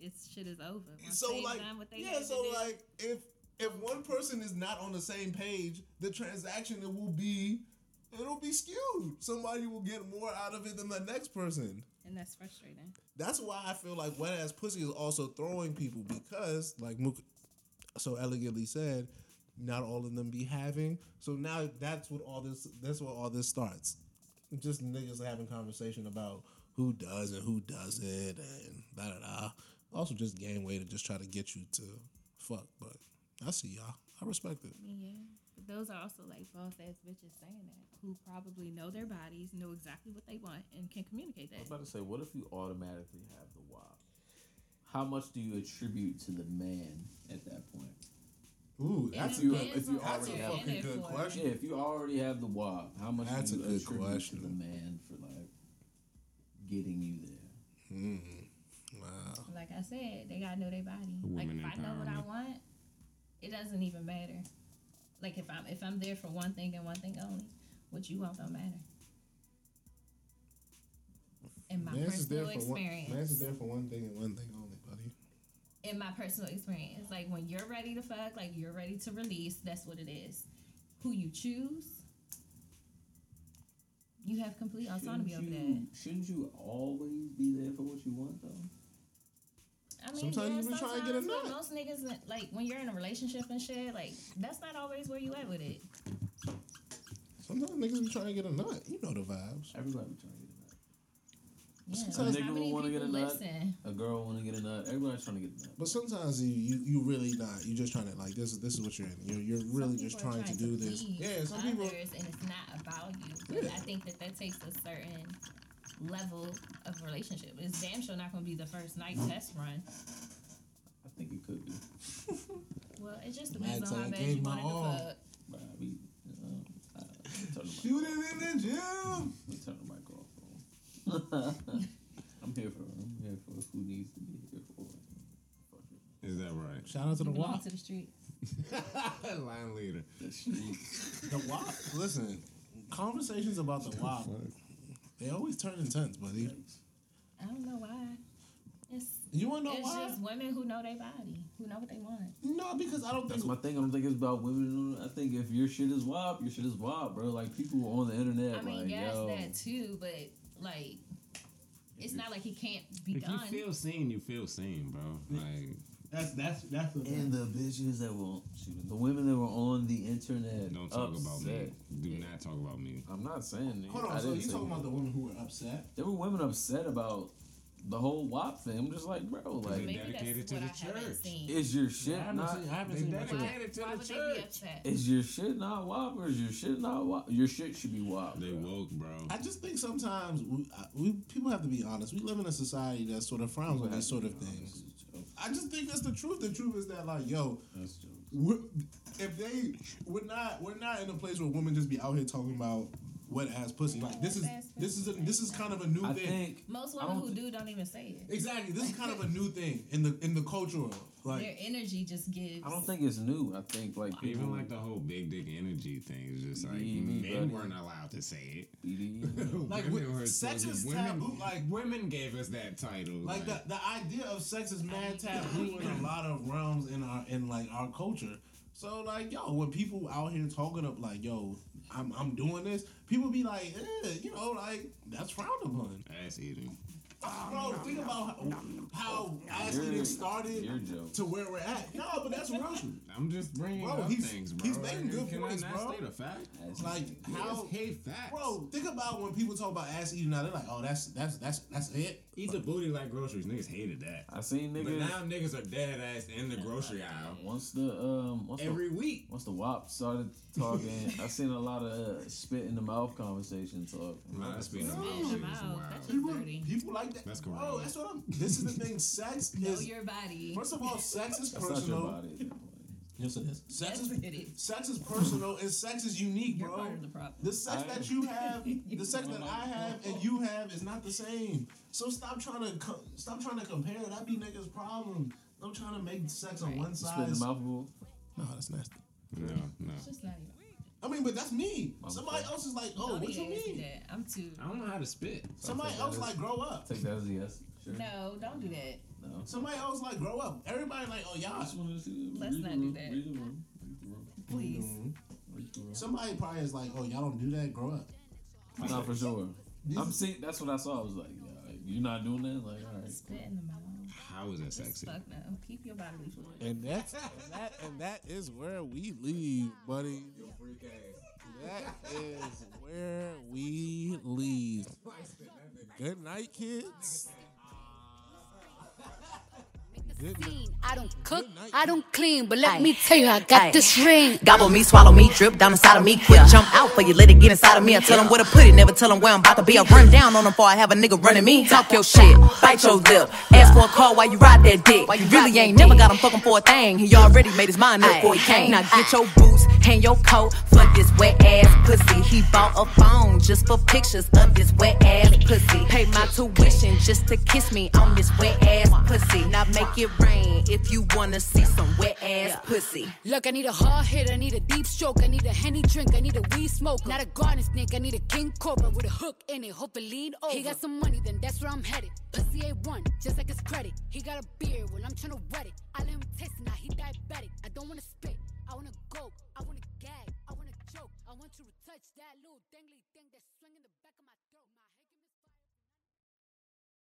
I: This shit is over. Once
D: so
I: they've
D: like
I: done what they
D: yeah,
I: had to
D: so
I: do-
D: like if if one person is not on the same page, the transaction it will be it'll be skewed. Somebody will get more out of it than the next person.
I: and that's frustrating.
D: That's why I feel like wet ass pussy is also throwing people because like Mook so elegantly said, not all of them be having. So now that's what all this that's where all this starts. Just niggas having conversation about who does and who doesn't and da da da. Also just game way to just try to get you to fuck, but I see y'all. I respect it.
I: Yeah. But those are also like boss ass bitches saying that who probably know their bodies, know exactly what they want, and can communicate
E: I was
I: that.
E: about to say, what if you automatically have the WAP? How much do you attribute to the man at that point?
D: Ooh,
I: That's
E: you- if you already
D: have- fucking good question.
E: Yeah, if you already have the WAP, how much
D: That's
E: do you
D: a good
E: attribute
D: question.
E: to the man for like getting you there?
D: wow.
I: Like I said, they gotta know their body.
C: Woman
I: like if I know what I
C: empowerment.
I: want, it doesn't even matter. Like if I'm if I'm there for one thing and one thing only, what you want don't matter. In my personal experience.
D: is there for one thing and one thing only, buddy.
I: in my personal experience. Like when you're ready to fuck, like you're ready to release, that's what it is. Who you choose, you have complete autonomy over
E: Shouldn't
I: that.
E: you, shouldn't you always be there for what you want though?
I: I mean,
D: Sometimes
I: yeah,
D: you be trying to get a
I: sometimes, but
D: nut.
I: Most niggas, like when you're in a relationship and shit, like that's not always where you at with it.
D: Sometimes niggas be trying to get a nut. You know the vibes.
E: Everybody trying to get a nut.
I: Yeah,
D: Sometimes-
I: how
E: A nigga
I: many
E: will wanna get a
I: people
E: nut.
I: listen?
E: A girl want to get a nut. Everybody's trying to get a nut.
D: But sometimes you, you you really not. You just trying to like this is this is what you're in. You're you're really
I: Some
D: just
I: people are
D: trying, to do this.
I: please
D: Yeah, some people.
I: others, and it's not about you. But I think that that takes a certain level of relationship. It's damn sure not gonna be the first night test run.
E: I think it could be.
I: Well, it just
D: Mad
I: depends on
D: Tag
I: how bad
D: gave
I: you
D: my
I: want it to
D: all.
I: fuck.
E: But I be, um, I, I'm turning my,
D: Shoot it in the gym.
E: I'm turning my mic off. bro. I'm here for. I'm here for who needs to be here for. Fuck it.
C: Is that right?
D: Shout out to the
I: You belong
D: WAP.
I: to the streets.
C: Line leader.
E: The streets.
D: The WAP. Listen, conversations about the WAP. They always turn intense, buddy.
I: I don't know why. It's,
D: You wanna know
I: it's
D: why?
I: just women who know their body, who know what they want.
D: no, because I don't think.
E: That's my thing. I don't think it's about women. I think if your shit is wop, your shit is wop, bro. Like people on the internet,
I: I mean,
E: like
I: yes,
E: yo,
I: that too, but like, it's not like he can't be
C: If you
I: done.
C: feel seen, you feel seen, bro. Like
J: That's that's that's what
E: and the bitches that were shoot, the women that were on the internet.
C: don't talk about me.
E: upset.
C: Do not talk about me.
E: I'm not saying.
D: Hold
E: I
D: on. So
E: didn't
D: you
E: say
D: talking
E: that.
D: about the women who were upset?
E: There were women upset about the whole WAP thing. I'm just like, bro, like,
I: Maybe
C: dedicated
I: that's
C: to
I: what I
C: the
I: haven't
C: church.
I: seen.
E: is your shit
D: I haven't
E: not?
D: seen, I haven't
C: They
D: seen much of
I: why,
D: it.
C: dedicated to
I: why
C: the
I: would they
C: church.
I: be upset?
E: Is your shit not WAP or is your shit not WAP? Your shit should be WAP.
C: They
E: bro.
C: woke, bro.
D: I just think sometimes we, I- we people have to be honest. We live in a society that sort of frowns on these sort of things. I just think that's the truth. The truth is that like, yo, we're, if they we're not we're not in a place where women just be out here talking about wet ass pussy. Like this is this is a, this is kind of a new
E: I
D: thing.
E: think
I: Most
E: I
I: women
E: don't
I: who
E: thi-
I: do don't even say it.
D: Exactly, this is kind of a new thing in the in the culture.
I: Their
D: Like
I: energy just gives.
E: I don't think it's new. I think like people
C: Even like the whole big dick energy thing is just like
E: Mhm,
C: men
E: buddy.
C: weren't allowed to say it.
E: BDE.
D: Like,
C: Women
D: wi-
C: were
D: sex
C: supposed to-
D: is
C: women,
D: taboo, like-
C: women gave us that title.
D: like the, the idea of sex is mad taboo in a lot of realms in our in like our culture. So like yo, when people out here talking up like yo, I'm I'm doing this, people be like, eh, you know, like that's frowned upon.
C: ass eating.
D: Bro, think about how, how ass
E: Your-
D: eating started
E: your joke.
D: to where we're at. No, but that's real.
C: I'm just bringing
D: Bro,
C: up
D: he's-
C: things, bro.
D: he's making good
C: Can
D: points,
C: I not
D: bro.
C: state a fact?
D: Like how.
C: hey, facts.
D: Bro, think about when people talk about ass eating. Now they're like, "Oh, that's that's that's that's it."
C: Eat the booty like groceries. Niggas hated that.
E: I seen
C: But
E: niggas
C: now niggas are dead ass in the grocery aisle
E: once the um once
C: every
E: the
C: week.
E: once the WAP started talking, I seen a lot of uh, spit in the mouth conversation talk.
C: Nah, that's been
I: Spit in the mouth. That's just
D: People,
I: dirty.
D: people like that.
C: That's correct.
D: Bro, that's what I'm. This is the thing. Sex
I: Know
D: is
I: your body.
D: First of all, sex is
E: That's not your
D: personal.
E: body. at that point.
D: Yes, it is. Sex
I: That's
D: is
I: what it is.
D: sex is personal, and sex is unique,
I: You're
D: bro.
I: part of the problem.
D: The sex
E: I-
D: that you have, the sex that I have and you have is not the same. So stop trying to co- stop trying to compare. That be niggas' problem. Don't trying to make sex on one
E: Spit
D: side.
E: in the mouthful.
D: No, that's nasty.
C: No, no.
I: It's just not even.
D: I mean, but that's me. Somebody else is like, oh,
I: Don't
D: what you
I: even ask me
D: mean?
I: that. I'm too.
C: I don't know how to spit.
D: Somebody else like grow up.
E: Take that as a yes. Sure.
I: No, don't do that.
E: No.
D: Somebody else like grow up. Everybody like, oh y'all.
I: Let's not do that. Please.
D: Somebody probably is like, oh y'all don't do that. Grow up.
E: Not for sure. I'm see. That's what I saw. I was like, yeah, like, you're not doing that. Like, all right.
I: Spit in the mouth.
C: How is that sexy?
I: Fuck no. Keep your bodily fluid.
D: And that's and that and that is where we leave, buddy. That is where we leave. Good night, kids.
B: Clean. I don't cook,
D: Good night.
B: I don't clean, but let me tell you, I got this ring.
J: Gobble me, swallow me, drip down inside of me. Quick jump out for you, let it get inside of me. I tell them where to put it, never tell them where I'm about to be. I run down on them before I have a nigga running me. Talk your shit, bite your lip. Ask for a call while you ride that dick. Why you really ain't never got him fucking for a thing. He already made his mind up before he came. Now get your boots, hang your coat for this wet ass pussy. He bought a phone just for pictures of this wet ass pussy. Pay my tuition just to kiss me on this wet ass pussy. Now make it rain if you wanna see some wet ass pussy.
B: Look, I need a hard hit, I need a deep stroke, I need a henny drink, I need a weed smoke. Not a garden snake, I need a king cobra with a hook in it, hope it lean over. He got some money, then that's where I'm headed. Pussy A1, just like his credit. He got a beard, well, I'm tryna wet it. I let him taste it, now he diabetic. I don't wanna spit, I wanna go, I wanna gag, I wanna choke. I want you to touch that little dangly thing that's swinging the back of my throat. My